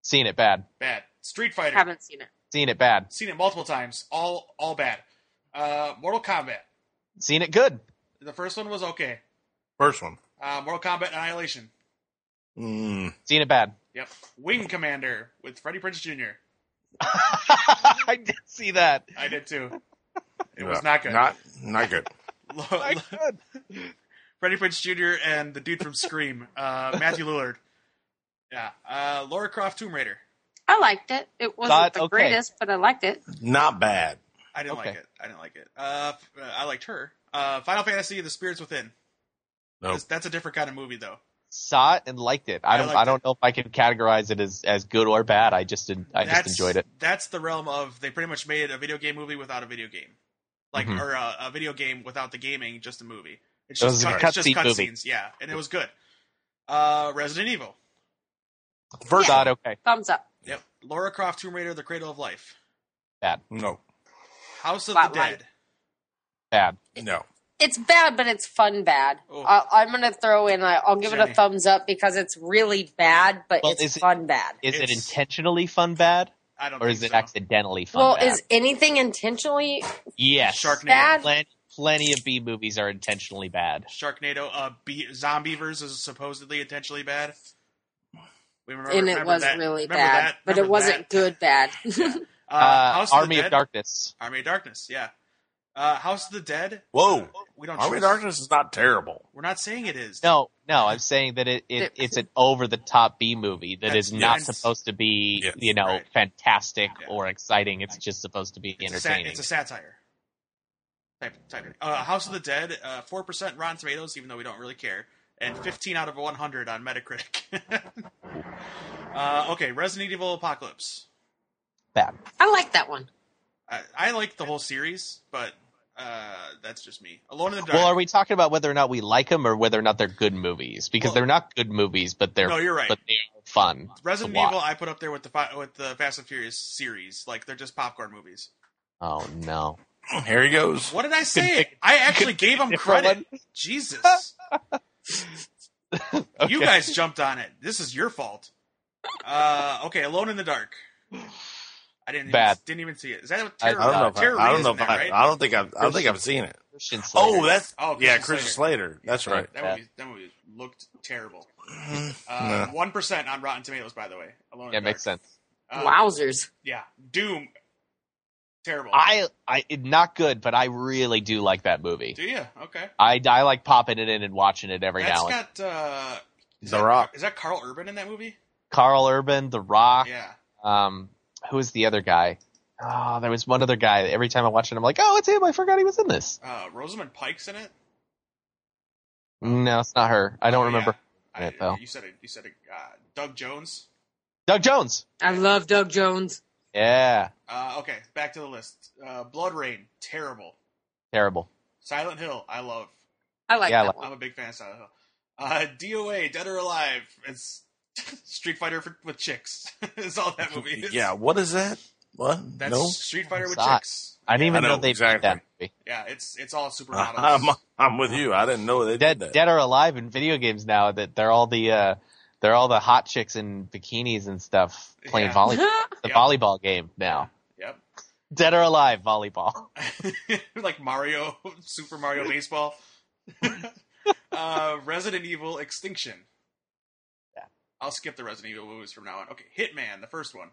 S4: seen it bad,
S1: Bad. Street Fighter.
S3: Haven't seen it.
S4: seen it bad,
S1: Seen it multiple times. All all bad. Uh, Mortal Kombat.
S4: seen it good.
S1: The first one was okay.
S2: first one
S1: Uh, Mortal Kombat Annihilation.
S2: mm.
S4: Seen it bad.
S1: Yep. Wing Commander with Freddie Prince Jr.
S4: I did see that.
S1: I did too. It
S2: Yeah,
S1: was not good.
S2: not not good
S4: I could.
S1: Freddie Prince Jr. and the dude from Scream, uh, Matthew Lillard. Yeah, uh, Laura Croft Tomb Raider.
S3: I liked it. It wasn't
S4: Thought,
S3: the
S4: okay.
S3: greatest, but I liked it.
S2: not bad
S1: I didn't like
S4: Okay.
S1: it. I didn't like it. Uh, f- uh, I liked her. Uh, Final Fantasy: The Spirits Within.
S2: Nope.
S1: That's, that's a different kind of movie, though.
S4: Saw it and liked it. I
S1: I
S4: don't. I,
S1: liked
S4: don't know if I can categorize it as, as good or bad. I just did, I just
S1: that's,
S4: enjoyed it.
S1: That's the realm of they pretty much made a video game movie without a video game, like
S4: Mhm.
S1: or a, a video game without the gaming, just a movie. It's
S4: It
S1: just
S4: was a
S1: cut, it's just
S4: cutscene movie.
S1: cutscenes, yeah, and it was good. Uh, Resident Evil.
S2: first
S4: Saw it okay.
S3: Thumbs up.
S1: Yep. Laura Croft Tomb Raider: The Cradle of Life.
S2: one. no
S1: House of the
S3: Spotlight.
S1: Dead.
S4: Bad.
S2: no
S3: It's bad, but it's fun bad.
S1: Oh.
S3: I, I'm going to throw in, I, I'll give it
S1: Jenny.
S3: a thumbs up because it's really bad, but
S4: Well,
S3: it's
S4: is it-
S3: fun bad.
S4: Is it
S1: It's-
S4: intentionally fun bad,
S1: I don't.
S4: or
S1: think
S4: is it
S1: so.
S4: accidentally fun
S3: Well,
S4: bad?
S3: is anything intentionally
S4: yes.
S1: Sharknado.
S3: bad?
S4: Plenty, plenty of B movies are intentionally bad.
S1: Sharknado, uh, be- Zombievers is supposedly intentionally bad. We remember,
S3: and it
S1: remember
S3: was
S1: that-
S3: really
S1: remember
S3: bad,
S1: that,
S3: but it
S1: remember
S3: wasn't
S1: that.
S3: good bad.
S1: Uh,
S4: Uh,
S1: House of,
S4: Army
S1: the
S4: of
S1: Dead,
S4: Darkness.
S1: Army of Darkness, yeah. Uh, House of the Dead.
S2: Whoa.
S1: we don't.
S2: Oh, army
S1: trust-
S2: of darkness is not terrible
S1: We're not saying it is.
S4: No, no, I'm saying that it, it it's an over the top B movie that is
S1: That's-
S4: not
S1: yes.
S4: supposed to be
S2: Yes.
S4: you know
S1: Right.
S4: fantastic
S1: Yeah.
S4: or exciting. It's just supposed to be
S1: it's a, sa-
S4: entertaining.
S1: it's a satire. Type, type it. Uh, House of the Dead, four percent Rotten Tomatoes, even though we don't really care, and fifteen out of one hundred on Metacritic. uh, okay, Resident Evil Apocalypse.
S4: bad.
S3: I like that one.
S1: I, I like the whole series, but uh, that's just me. Alone in the Dark.
S4: Well, are we talking about whether or not we like them or whether or not they're good movies? Because
S1: Well-
S4: they're not good movies, but they're
S1: No, you're right.
S4: but they are fun. to
S1: Resident
S4: watch.
S1: Evil, I put up there with the fi- with the Fast and Furious series. Like they're just popcorn movies.
S4: Oh no.
S2: here he goes
S1: What did I say? I actually gave them
S4: different
S1: credit. Jesus, you
S4: Okay.
S1: guys jumped on it. This is your fault. Uh, okay, Alone in the Dark. I didn't
S4: Bad.
S1: Even, didn't even see it. Is that a
S4: I- I
S1: terror?
S2: I don't know. If
S1: terror
S2: I, I don't
S1: is
S2: know
S1: in
S2: if
S1: that,
S2: I,
S1: right?
S2: I don't think I've. I don't think I've seen it.
S4: Christian Slater.
S2: Oh, that's
S1: Oh,
S2: yeah,
S1: Christian
S2: Christian
S1: Slater.
S2: Slater. That's right.
S1: that
S4: bad.
S1: movie that movie looked terrible. Uh,
S2: Nah.
S1: One on Rotten Tomatoes, by the way. Alone in
S4: yeah,
S1: the
S4: makes
S1: Dark.
S4: sense.
S1: Uh,
S3: Wowzers.
S1: Yeah, Doom. Terrible.
S4: I I it- not good, but I really do like that movie.
S1: Do you? Okay.
S4: I, I like popping it in and watching it every
S1: That's
S4: now and then.
S1: got uh, is
S2: The
S1: that-
S2: Rock.
S1: Is that Carl Urban in that movie?
S4: Carl Urban, The Rock.
S1: Yeah,
S4: Um, who is the other guy? Oh, there was one other guy. Every time I watch it, I'm like, oh, it's him. I forgot he was in this.
S1: uh, Rosamund Pike's in it.
S4: No, it's not her. I don't
S1: Oh,
S4: remember.
S1: yeah.
S4: it, though.
S1: You said it. You said it. Uh, Doug Jones.
S4: Doug Jones.
S3: I love Doug Jones.
S4: Yeah.
S1: Uh, okay, back to the list. Uh, Blood Rain, terrible.
S4: Terrible.
S1: Silent Hill, I love.
S3: I like
S4: Yeah, I
S3: that
S4: like-
S3: one.
S1: I'm a big fan of Silent Hill. Uh, DOA, Dead or Alive, it's Street Fighter for, with chicks. is all that movie is.
S2: Yeah, what is that? What?
S1: that's
S2: no,
S1: Street Fighter with
S4: It's not.
S1: chicks.
S4: I didn't
S1: yeah,
S4: even
S2: I
S4: know,
S2: know,
S4: they
S2: exactly.
S4: did that movie.
S1: Yeah, it's it's all supermodels.
S2: I'm, I'm with you. I didn't know they
S4: Dead,
S2: did that.
S4: Dead or Alive in video games now that they're all the uh, they're all the hot chicks in bikinis and stuff playing
S1: Yeah.
S4: volleyball. The
S1: Yep.
S4: volleyball game now.
S1: Yep.
S4: Dead or Alive volleyball.
S1: like Mario, Super Mario Baseball. uh, Resident Evil Extinction.
S4: Yeah.
S1: I'll skip the Resident Evil movies from now on. Okay, Hitman, the first one.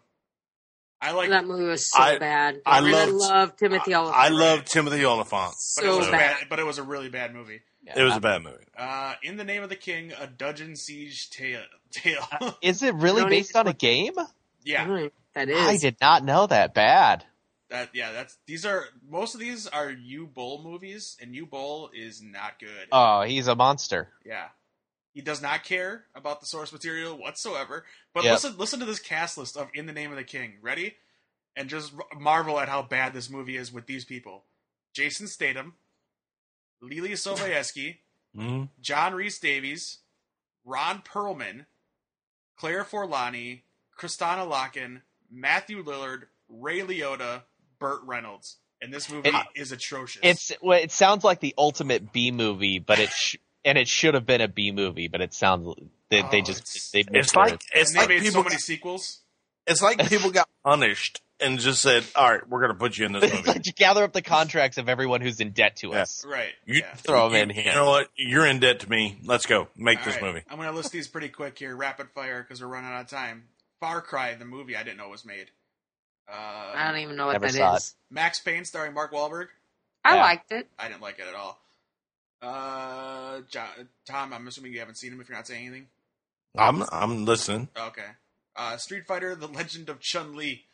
S1: I like,
S8: that movie was so
S2: I-
S8: bad.
S2: I loved-
S8: really love Timothy
S2: I, I
S8: Oliphant.
S2: love Timothy Oliphant.
S1: but it
S8: so
S1: was
S2: so
S8: bad.
S1: bad. But it was a really bad movie.
S2: It was a bad movie.
S1: Uh, In the Name of the King, a Dungeon Siege Tale. tale.
S4: Is it really
S8: don't
S4: based
S8: even
S4: on a game?
S1: yeah,
S8: Mm, That
S4: I
S8: is.
S4: did not know that. Bad.
S1: that yeah. That's these are most of these are U Bowl movies, and U Bowl is not good.
S4: Oh, he's a monster.
S1: Yeah. He does not care about the source material whatsoever. But
S4: Yep.
S1: listen listen to this cast list of In the Name of the King. Ready? And just r- marvel at how bad this movie is with these people. Jason Statham, Lily Sobieski,
S2: Mhm.
S1: John Reese Davies, Ron Perlman, Claire Forlani, Kristana Locken, Matthew Lillard, Ray Liotta, Burt Reynolds. And this movie
S4: It-
S1: is atrocious.
S4: It's well, it sounds like the ultimate B movie, but it sh- and it should have been a B movie, but it sounds they,
S1: Oh,
S4: they
S1: it's-
S4: just they
S2: It's like it's
S1: and they
S2: like
S1: made so
S2: people.
S1: many sequels.
S2: It's like people got punished and just said, "All right, we're going to put you in this
S4: it's
S2: movie."
S4: like to gather up the contracts of everyone who's in debt to
S2: Yeah.
S4: us.
S1: Right.
S2: You
S1: yeah.
S4: Throw 'em
S2: you-
S4: in here.
S2: You know what? You're in debt to me. Let's go make
S1: All
S2: this
S1: right,
S2: movie.
S1: I'm going to list these pretty quick here, rapid fire, because we're running out of time. Far Cry, the movie I didn't know was made.
S8: I
S1: Uh,
S8: don't even know what
S4: Never
S8: that
S4: saw
S8: is.
S1: Max Payne, starring Mark Wahlberg.
S8: I
S4: Yeah.
S8: liked it.
S1: I didn't like it at all. Uh, John, Tom, I'm assuming you haven't seen him if you're not saying anything.
S2: I'm I'm listening.
S1: Okay. Uh, Street Fighter, The Legend of Chun Li.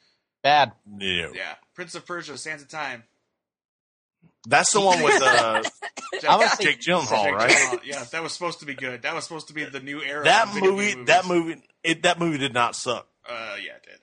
S4: Bad.
S2: Yeah.
S1: Yeah. Prince of Persia, Sands of Time.
S2: That's the one with uh,
S1: Jack-
S4: I'm gonna say
S2: Jake Gyllenhaal,
S1: Jake
S2: right?
S1: Gyllenhaal. Yeah, that was supposed to be good. That was supposed to be the new era.
S2: That
S1: of video game
S2: movie.
S1: movies.
S2: That movie. It that movie did not suck.
S1: Uh, yeah, it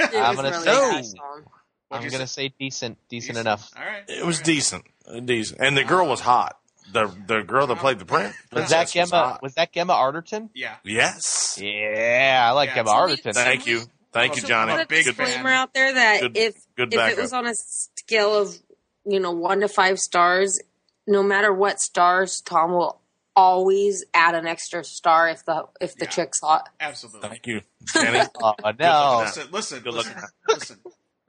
S8: It
S1: did.
S4: I'm gonna
S8: was really
S4: say-
S8: bad. I saw him.
S4: I'm
S1: What'd you
S4: gonna
S1: say?
S4: say decent, decent enough.
S1: All right.
S2: It was
S1: all right.
S2: decent, decent, and the girl was hot. The the girl that played the prince.
S4: Was
S2: princess
S4: that Gemma?
S2: hot.
S4: was that Gemma Arterton?
S1: Yeah.
S2: Yes.
S4: Yeah, I like
S1: Yeah,
S4: Gemma
S1: so
S4: Arterton.
S2: Thank you. Thank you,
S1: So
S2: Johnny.
S1: I'm a
S8: Put a
S1: big
S2: Good-
S1: fan.
S8: disclaimer out there that
S2: Good-
S8: if
S2: good
S8: if it
S2: backup.
S8: was on a scale of you know one to five stars, no matter what stars, Tom will always add an extra star if the if the
S1: Yeah.
S8: chick's hot.
S1: Absolutely.
S2: Thank you, Johnny.
S4: Oh no,
S1: Listen, listen,
S2: Good
S1: listen,
S2: luck.
S1: listen,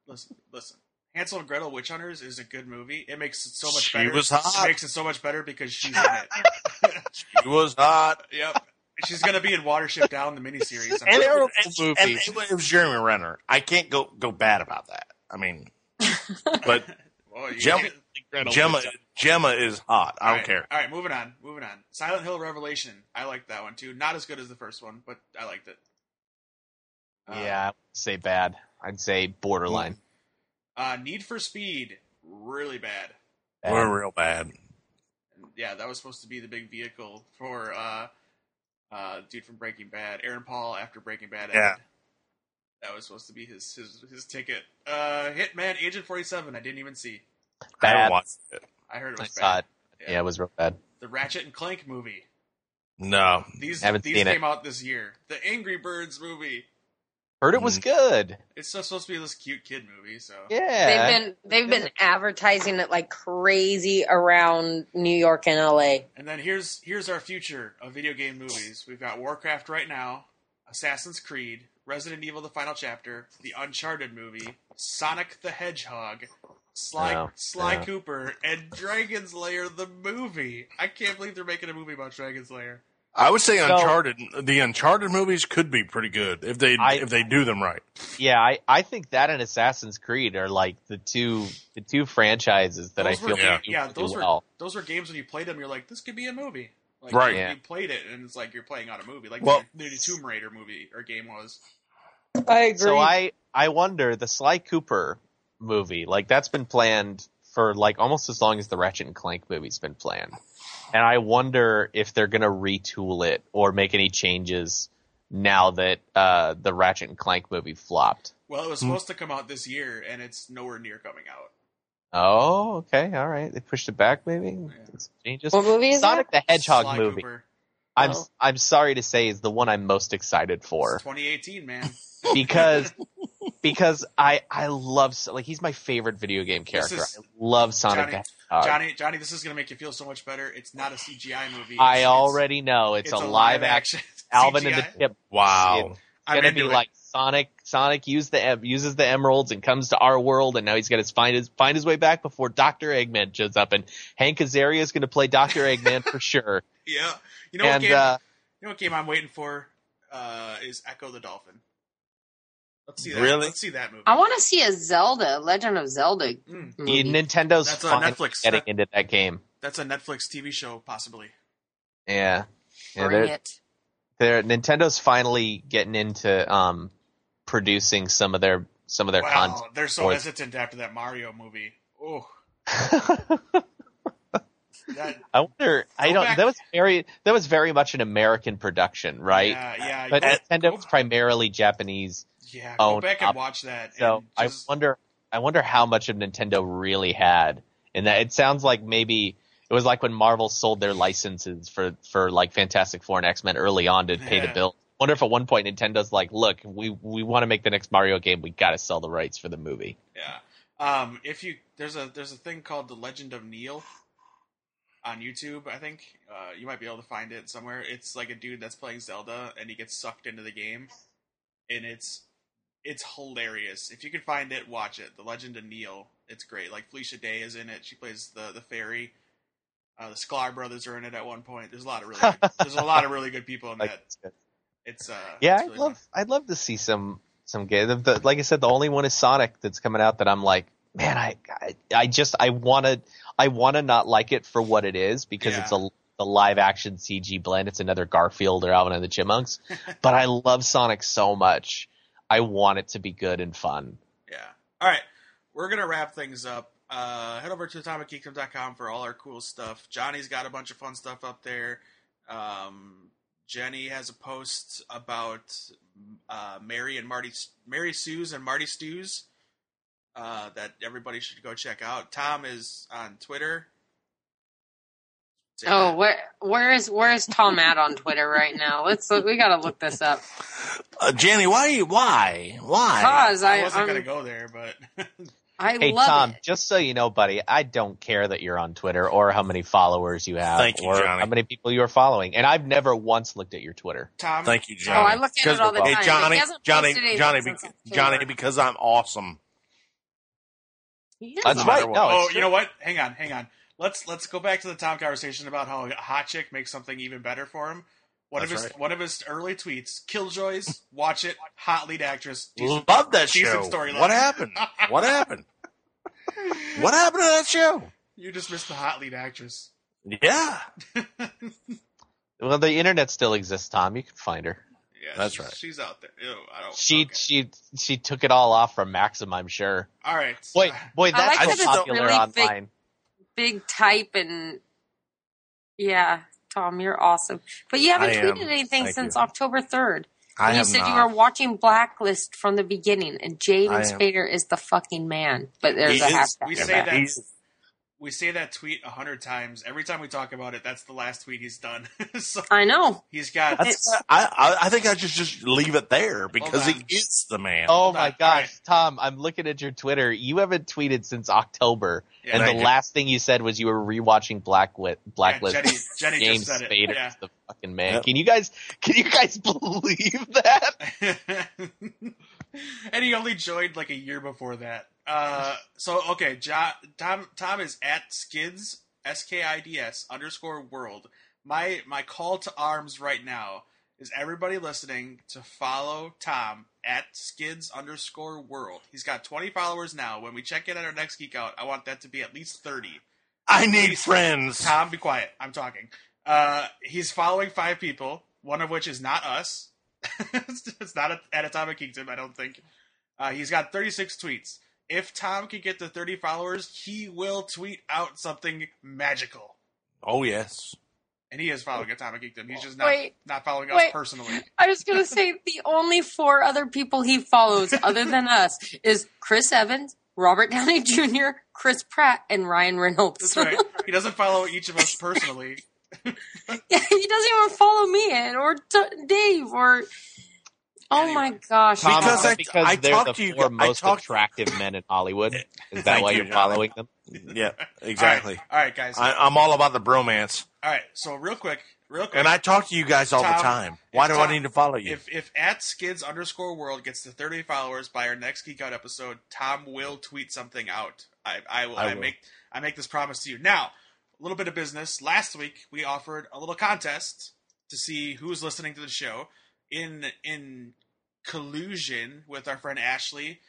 S1: listen, listen. Hansel and Gretel Witch Hunters is a good movie. It makes it so much
S2: She
S1: better.
S2: was hot.
S1: It makes it so much better because she's in it.
S2: she was hot.
S1: Yep. She's gonna be in Watership Down, the miniseries. I'm
S2: and it,
S1: sure.
S2: was-
S4: Movie.
S2: and it was- it was Jeremy Renner. I can't go go bad about that. I mean, but
S1: Well, you-
S2: Gemma, Gemma, Gemma is hot. I
S1: All
S2: don't
S1: right,
S2: care.
S1: All right, moving on, moving on. Silent Hill Revelation. I liked that one too. Not as good as the first one, but I liked it. Uh,
S4: yeah, I would say bad. I'd say borderline.
S1: Uh, Need for Speed, really bad.
S4: Bad.
S2: We're real bad.
S1: yeah, that was supposed to be the big vehicle for uh, uh, dude from Breaking Bad, Aaron Paul after Breaking Bad. ended.
S2: Yeah.
S1: that was supposed to be his his his ticket. Uh, Hitman Agent Forty Seven. I didn't even see.
S2: I haven't
S4: Bad.
S2: watched it.
S1: I heard it
S4: I
S1: was
S4: saw
S1: bad.
S4: it. Yeah. it was real bad.
S1: The Ratchet and Clank movie.
S2: No,
S1: These
S4: Haven't
S1: these
S4: seen it.
S1: came out this year. The Angry Birds movie.
S4: Heard it was
S2: Mm.
S4: good.
S1: It's just supposed to be this cute kid movie. So
S4: Yeah,
S3: They've been they've been advertising it like crazy around New York and LA.
S1: and then here's here's our future of video game movies. We've got Warcraft right now, Assassin's Creed. Resident Evil: The Final Chapter, the Uncharted movie, Sonic the Hedgehog, Sly
S4: No,
S1: Sly
S4: no.
S1: Cooper, and Dragon's Lair the movie. I can't believe they're making a movie about Dragon's Lair.
S2: I would say
S4: So-
S2: Uncharted. The Uncharted movies could be pretty good if they
S4: I-
S2: if they do them right.
S4: yeah. I, I think that and Assassin's Creed are like the two the two franchises that
S1: Those
S4: I
S1: were
S4: feel
S1: ga-
S4: like do
S1: yeah,
S4: really
S1: those were-
S4: well.
S1: Those were games when you played them, you're like, this could be a movie. Like,
S2: Right.
S1: You,
S4: Yeah.
S1: you played it, and it's like you're playing out a movie, like
S2: Well-
S1: the new Tomb Raider movie or game was.
S3: I agree.
S4: So I I wonder the Sly Cooper movie like that's been planned for like almost as long as the Ratchet and Clank movie's been planned, and I wonder if they're gonna retool it or make any changes now that uh, the Ratchet and Clank movie flopped.
S1: Well, it was
S2: Hmm.
S1: supposed to come out this year, and it's nowhere near coming out.
S4: Oh, okay, all right. They pushed it back, maybe. It's Changes.
S3: What movie is
S4: Sonic the Hedgehog
S1: Sly
S4: movie.
S1: Cooper.
S4: I'm
S3: Oh.
S4: I'm sorry to say is the one I'm most excited for
S1: It's 2018, man.
S4: because because I I love so- like he's my favorite video game character.
S1: is-
S4: I love Sonic
S1: Johnny-
S4: the Hedgehog.
S1: Johnny, Johnny, this is gonna make you feel so much better. It's not a CGI movie.
S4: I
S1: It's-
S4: already know it's,
S1: it's,
S4: a, live action Alvin and the
S1: CGI.
S4: Chip.
S2: Wow.
S1: I'm
S4: gonna be
S1: into it.
S4: like Sonic. Sonic used the em- uses the emeralds and comes to our world, and now he's got to find his find his way back before Doctor Eggman shows up. And Hank Azaria is going to play Doctor Eggman for sure.
S1: yeah. You know what
S4: and
S1: game?
S4: uh,
S1: you know what game I'm waiting for? Uh, is Echo the Dolphin. Let's see that.
S2: Really?
S1: Let's see that movie.
S8: I want to see a Zelda, Legend of Zelda.
S1: Mm,
S4: the
S8: Movie.
S4: Nintendo's
S1: That's on
S4: finally
S1: Netflix.
S4: getting
S1: That-
S4: into that game.
S1: that's a Netflix TV show, possibly.
S4: Yeah, yeah.
S8: Bring
S4: They're,
S8: it.
S4: they're Nintendo's finally getting into um, producing some of their some of their
S1: wow,
S4: content.
S1: they're so
S4: for-
S1: hesitant after that Mario movie. Oh, that,
S4: I wonder. I
S1: Go
S4: don't.
S1: back.
S4: That was very. That was very much an American production, right?
S1: Yeah, yeah.
S4: But
S1: go,
S4: Nintendo's
S1: go-
S4: primarily Japanese.
S1: yeah, go
S4: owned
S1: back and
S4: up.
S1: watch that.
S4: So
S1: and just,
S4: I wonder. I wonder how much of Nintendo really had, and that it sounds like maybe it was like when Marvel sold their licenses for for like Fantastic Four and X Men early on to pay the
S1: Yeah.
S4: bill. Wonder if at one point Nintendo's like, look, we we want to make the next Mario game, we got to sell the rights for the movie.
S1: yeah. Um, if you there's a there's a thing called the Legend of Neil on YouTube. I think uh, you might be able to find it somewhere. It's like a dude that's playing Zelda and he gets sucked into the game, and it's it's hilarious. If you can find it, watch it. The Legend of Neil. It's great. Like Felicia Day is in it. She plays the the fairy. Uh, the Sklar brothers are in it at one point. There's a lot of really good, there's a lot of really good people in
S4: Like,
S1: that.
S4: it's good.
S1: It's uh
S4: yeah,
S1: it's
S4: I'd
S1: really
S4: love I'd love to see some some game. The, the, like I said, the only one is Sonic that's coming out that I'm like, man, I I, I just I wanna I wanna not like it for what it is because
S1: Yeah.
S4: it's a the live action CG blend. It's another Garfield or Alvin and the Chipmunks, but I love Sonic so much. I want it to be good and fun.
S1: Yeah. All right. We're going to wrap things up. Uh, head over to atomicgeekdom.com for all our cool stuff. Johnny's got a bunch of fun stuff up there. Um, Jenny has a post about uh, Mary and Marty, Mary Sue's and Marty Stew's uh, that everybody should go check out. Tom is on Twitter. Say that.
S8: Oh, where where is where is Tom at on Twitter right now? Let's look, we gotta look this up.
S2: Uh, Janny, why? Why? Why?
S8: Cause
S1: I
S8: I um,
S1: wasn't going to
S8: I'm,
S1: go there, but
S8: I
S4: Hey
S8: love
S4: Tom,
S8: it.
S4: just so you know, buddy, I don't care that you're on Twitter or how many followers you have
S2: Thank you,
S4: or
S2: Johnny.
S4: how many people you are following, and I've never once looked at your Twitter.
S1: Tom,
S2: Thank you, Johnny.
S8: Oh, I look at it all the
S2: Hey,
S4: Hey,
S8: time. but he
S2: Johnny,
S8: hasn't
S2: Johnny,
S8: posted anything
S2: Johnny,
S8: since
S2: bec-
S8: October.
S2: Johnny, because I'm awesome.
S8: He
S4: That's
S8: hasn't.
S2: matter
S4: right.
S2: what.
S4: No,
S1: oh,
S4: it's
S1: you
S4: true.
S1: know what? Hang on, hang on. Let's let's go back to the Tom conversation about how a hot chick makes something even better for him. One of
S2: That's
S1: his
S2: right.
S1: one of his early tweets: "Killjoys, watch it. Hot lead actress.
S4: Mm-hmm.
S1: Decent,
S2: Love that show.
S1: decent storyline.
S2: What happened? What happened? what happened to that show?
S1: You just missed the hot lead actress.
S2: Yeah,
S4: Well, the internet still exists, Tom. You can find her.
S1: Yeah,
S2: That's
S1: she's-
S2: right.
S1: She's out there. Ew, I don't.
S4: She
S1: okay.
S4: she she took it all off from Maxim, I'm sure.
S1: All right.
S4: Boy, boy,
S8: I
S4: that's
S8: like
S2: that
S4: so
S2: it's
S4: popular
S8: really big-
S4: online.
S8: Big type and yeah, Tom, you're awesome. But you haven't
S2: I am.
S8: tweeted anything
S2: Thank
S8: since
S2: you.
S8: October third.
S2: I
S8: you
S2: have
S8: said
S2: not.
S8: you were watching Blacklist from the beginning, and
S2: I
S8: Jaden
S2: am.
S8: Spader is the fucking man. But there's
S2: He
S8: a
S2: is.
S8: hashtag.
S1: We
S8: for
S1: say
S8: that.
S1: that
S2: He's-
S1: we say that tweet a hundred times. Every time we talk about it, that's the last tweet he's done. so
S8: I know.
S1: he's got.
S2: That's, I, I I think I should just leave it there because
S1: on.
S2: he is the man.
S4: Oh
S1: on.
S4: my
S1: All
S4: gosh,
S1: right.
S4: Tom, I'm looking at your Twitter. You haven't tweeted since October,
S1: Yeah.
S4: and
S2: Thank
S4: the
S2: you.
S4: last thing you said was you were rewatching Blacklit
S1: yeah,
S4: Blacklist.
S1: Jenny, Jenny
S4: James
S1: just said
S4: Spader
S1: it.
S4: is the fucking man.
S2: Yep.
S4: Can you guys can you guys believe that?
S1: and he only joined like a year before that. Uh, so okay, jo- Tom Tom is at skids s k i d s underscore world. My my call to arms right now is everybody listening to follow Tom at skids underscore world. He's got twenty followers now. When we check in at our next geek out, I want that to be at least thirty.
S2: I need friends.
S1: Tom, be quiet. I'm talking. Uh, he's following five people, one of which is not us. it's it's not at Atomic Kingdom, I don't think. Uh, he's got 36 tweets. If Tom can get to 30 followers, he will tweet out something magical.
S2: Oh yes.
S1: And he is following Atomic Kingdom. He's just not,
S8: Wait.
S1: not following us
S8: Wait.
S1: personally.
S8: I was gonna say the only four other people he follows other than us is Chris Evans, Robert Downey Jr., Chris Pratt, and Ryan Reynolds.
S1: That's right. He doesn't follow each of us personally.
S8: Yeah, he doesn't even follow me and or t- Dave or. Oh
S1: Anyway.
S8: my gosh!
S4: Tom,
S2: Because
S4: is it
S2: I-
S4: because
S2: I
S4: they're
S2: talked
S4: the
S2: to you
S4: four
S2: gu- I
S4: most
S2: talked-
S4: attractive men in Hollywood. Is that
S2: Thank
S4: why
S2: you,
S4: you're
S2: John.
S4: following them?
S2: Yeah, exactly.
S1: All right, guys.
S2: I, I'm all about the bromance,
S1: All right. So real quick, real quick.
S2: and I talk to you guys all
S1: Tom,
S2: the time. Why
S1: if
S2: do
S1: Tom-
S2: I need to follow you?
S1: if if at skids underscore world gets to 30 followers by our next geek out episode tom will tweet something out i i will i,
S2: I will.
S1: make i make this promise to you now a little bit of business last week we offered a little contest to see who's listening to the show in in collusion with our friend ashley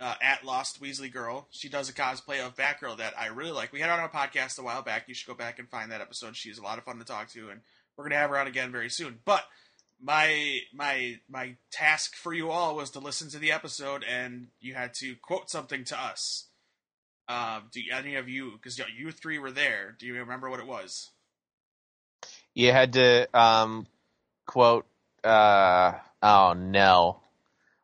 S1: uh, at Lost Weasley Girl. She does a cosplay of Batgirl that I really like. We had her on our podcast a while back. You should go back and find that episode. She's a lot of fun to talk to, and we're gonna have her on again very soon. But my my my task for you all was to listen to the episode, and you had to quote something to us. Um, do any of you, because you three were there, do you remember what it was?
S4: You had to um, quote. Uh, oh no!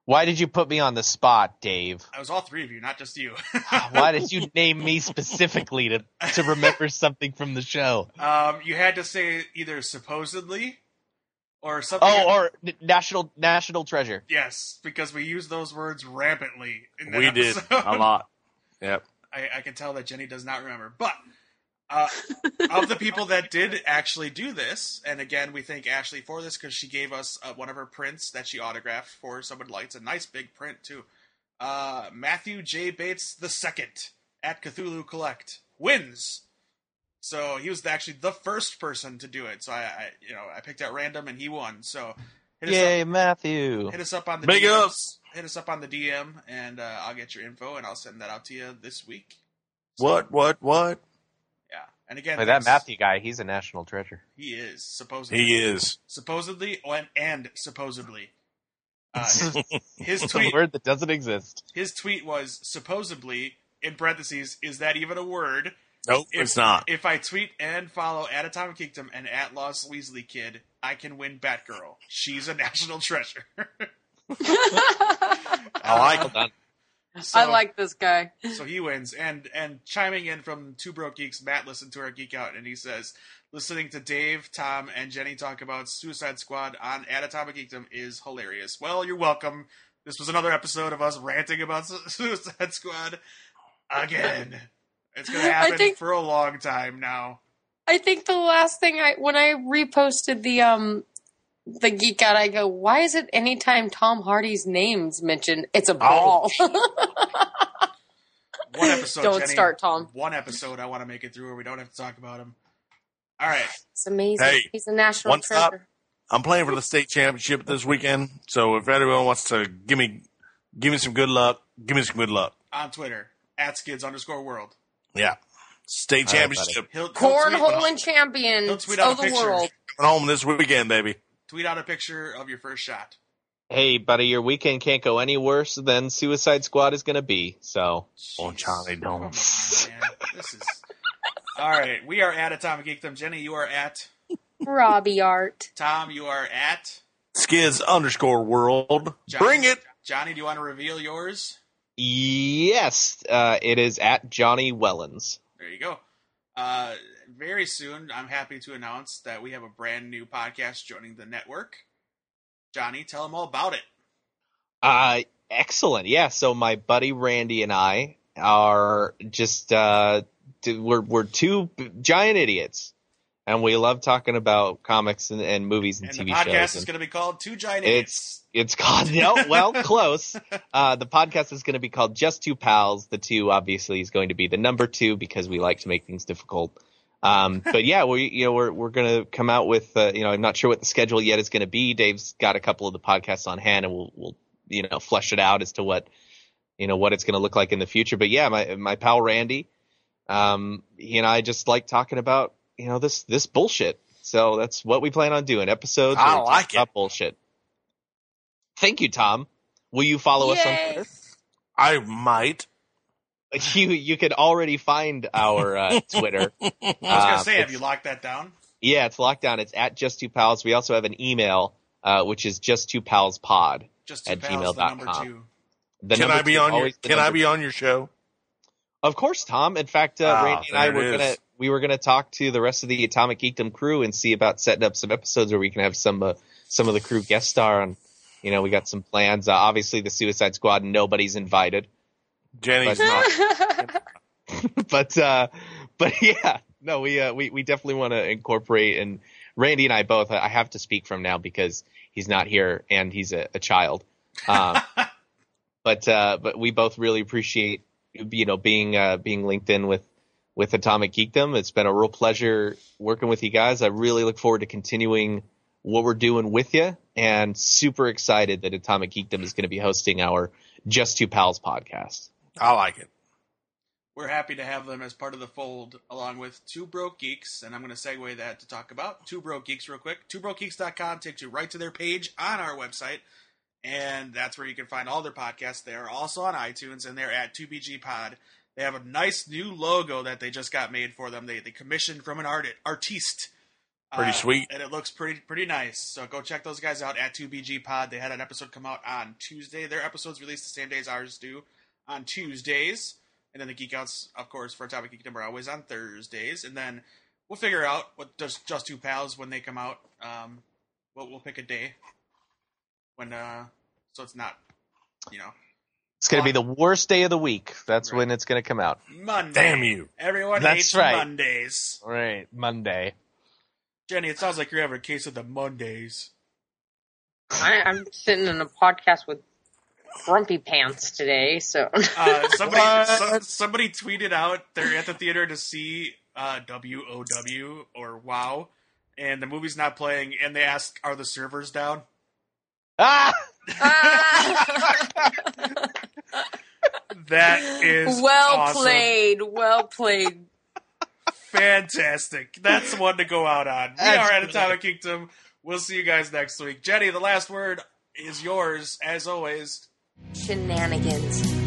S4: Why did you put me on the spot, Dave?
S1: I was all three of you, not just you.
S4: Why did you name me specifically to to remember something from the show?
S1: um, you had to say either supposedly or something.
S4: Oh, or n- national national treasure.
S1: Yes, because we use those words rampantly. In that
S2: we did
S1: episode.
S2: a lot. Yep.
S1: I, I can tell that Jenny does not remember. But uh, of the people that did actually do this, and again, we thank Ashley for this because she gave us uh, one of her prints that she autographed for someone like it's a nice big print too. Uh, Matthew J. Bates the second at Cthulhu Collect wins. So he was actually the first person to do it. So I, I you know, I picked at random and he won. So hit us up-
S4: Yay, Matthew!
S1: hit us up on the
S2: Big
S1: DMs.
S2: ups.
S1: Hit us up on the DM, and uh, I'll get your info, and I'll send that out to you this week.
S2: What? What? What?
S1: Yeah, and again,
S4: Wait, that
S1: thanks-
S4: Matthew guy, he's a national treasure.
S1: he is supposedly,
S2: He is.
S1: supposedly, and, and supposedly. Uh, his
S4: It's
S1: tweet,
S4: a word that doesn't exist.
S1: his tweet was supposedly in parentheses. Is that even a word?
S2: Nope,
S1: If-
S2: it's not.
S1: If I tweet and follow at Atomic Kingdom and at Lost Weasley Kid, I can win Batgirl. She's a national treasure.
S2: I like it.
S4: Hold on.
S1: So-
S8: I like this guy.
S1: So he wins. And and chiming in from Two Broke Geeks, Matt listened to our geek out and he says, listening to Dave, Tom, and Jenny talk about Suicide Squad on At Atomic Geekdom is hilarious. Well, you're welcome. This was another episode of us ranting about Su- Suicide Squad again. It's gonna
S8: I
S1: happen
S8: think-
S1: for a long time now.
S8: I think the last thing I when I reposted the um the geek out, I go, why is it anytime Tom Hardy's name's mentioned, it's a brawl.
S1: One episode.
S8: Don't
S1: Jenny.
S8: start, Tom.
S1: One episode. I want to make it through, where we don't have to talk about him. All right.
S8: it's amazing.
S2: Hey,
S8: He's a national
S2: one stop.
S8: treasure.
S2: I'm playing for the state championship this weekend, so if anyone wants to give me give me some good luck, give me some good luck.
S1: On Twitter at skids underscore world.
S2: Yeah, state
S4: All right,
S2: championship
S1: He'll, he'll tweet-
S8: Cornhole and champion
S1: He'll
S8: of
S1: tweet out a
S8: the
S1: picture.
S8: world.
S2: coming home this weekend, baby.
S1: tweet out a picture of your first shot.
S4: Hey, buddy, your weekend can't go any worse than Suicide Squad is going to be. So
S2: Oh, Johnny,
S1: Jeez.
S2: don't.
S1: Come on, man. This is all right. We are at Atomic Geekdom. Jenny, you are at
S8: Robbie Art.
S1: Tom. You are at
S2: Skids underscore world.
S1: Johnny.
S2: Bring it.
S1: Johnny. Do you want to reveal yours?
S4: yes, uh, it is at Johnny Wellens.
S1: There you go. Uh, very soon, I'm happy to announce that we have a brand new podcast joining the network. Johnny, tell them all about it.
S4: Uh, excellent. Yeah. So my buddy Randy and I are just uh, d- we're we're two b- giant idiots, and we love talking about comics and, and movies and,
S1: And the
S4: TV
S1: podcast
S4: shows.
S1: is
S4: and
S1: going to be called Two Giant
S4: it's
S1: Idiots.
S4: it's called no, well, close. Uh, the podcast is going to be called Just Two Pals. The two obviously is going to be the number two because we like to make things difficult. Um, but yeah, we you know we're we're going to come out with uh, you know I'm not sure what the schedule yet is going to be. Dave's got a couple of the podcasts on hand, and we'll we'll you know flesh it out as to what you know what it's going to look like in the future. But yeah, my my pal Randy, um, he and I just like talking about you know this this bullshit. So that's what we plan on doing. Episodes. where
S2: I
S4: we talk
S2: like it.
S4: about bullshit. Thank you, Tom. Will you follow us on
S8: Yay.
S4: Twitter?
S2: I might.
S4: You you can already find our uh, Twitter.
S1: I was going
S4: Uh,
S1: to say, have
S4: it's-
S1: you locked that down?
S4: Yeah, it's lockdown. It's at just two pals. We also have an email, uh, which is just two pals pod.
S1: Just two
S4: At
S1: pals, the number
S4: gmail.com.
S1: two.
S4: The
S2: can
S4: number
S2: I be
S4: two,
S2: on your?
S4: always the
S2: Can I
S4: number
S2: be on your show?
S4: Of course, Tom. In fact, uh,
S2: Ah,
S4: Randy and I
S2: there it
S4: were
S2: is.
S4: gonna we were gonna talk to the rest of the Atomic Geekdom crew and see about setting up some episodes where we can have some uh, some of the crew guest star on. You know, we got some plans. Uh, obviously, the Suicide Squad. Nobody's invited,
S2: Jenny's
S4: But-
S2: not.
S4: but uh, but yeah, no, we uh, we we definitely want to incorporate. And Randy and I both. I have to speak from now because he's not here and he's a, a child. Um, but uh, but we both really appreciate you know being uh, being linked in with with Atomic Geekdom. It's been a real pleasure working with you guys. I really look forward to continuing what we're doing with you, and super excited that Atomic Geekdom is going to be hosting our Just Two Pals podcast.
S2: I like it.
S1: We're happy to have them as part of the fold, along with Two Broke Geeks, and I'm going to segue that to talk about Two Broke Geeks real quick. TwoBrokeGeeks.com takes you right to their page on our website, and that's where you can find all their podcasts. They are also on iTunes, and they're at 2BG Pod. They have a nice new logo that they just got made for them. They they commissioned from an art artiste. Uh,
S2: Pretty sweet.
S1: and it looks pretty pretty nice. So go check those guys out at 2BG Pod. They had an episode come out on Tuesday. Their episodes released the same day as ours do on Tuesdays. And then the Geek Outs, of course, for Topic Geek Number, are always on Thursdays. And then we'll figure out what does Just Two Pals when they come out. Um, we'll, we'll pick a day when uh, so it's not, you know,
S4: It's going to be the worst day of the week. That's
S1: Right.
S4: when it's going to come out.
S1: Monday.
S2: Damn you.
S1: Everyone
S4: That's
S1: hates
S4: right.
S1: Mondays.
S4: All right, Monday.
S1: Jenny, it sounds like you're having a case of the Mondays.
S8: I, I'm sitting in a podcast with grumpy pants today, so
S1: Uh, somebody, so, somebody tweeted out they're at the theater to see uh, WOW or WOW, and the movie's not playing, and they ask, Are the servers down?
S4: Ah,
S1: That is
S8: well
S1: awesome.
S8: played, well played.
S1: Fantastic. That's the one to go out on. We
S4: That's
S1: are at
S4: brilliant.
S1: Atomic Kingdom. We'll see you guys next week. Jenny, the last word is yours, as always.
S3: Shenanigans.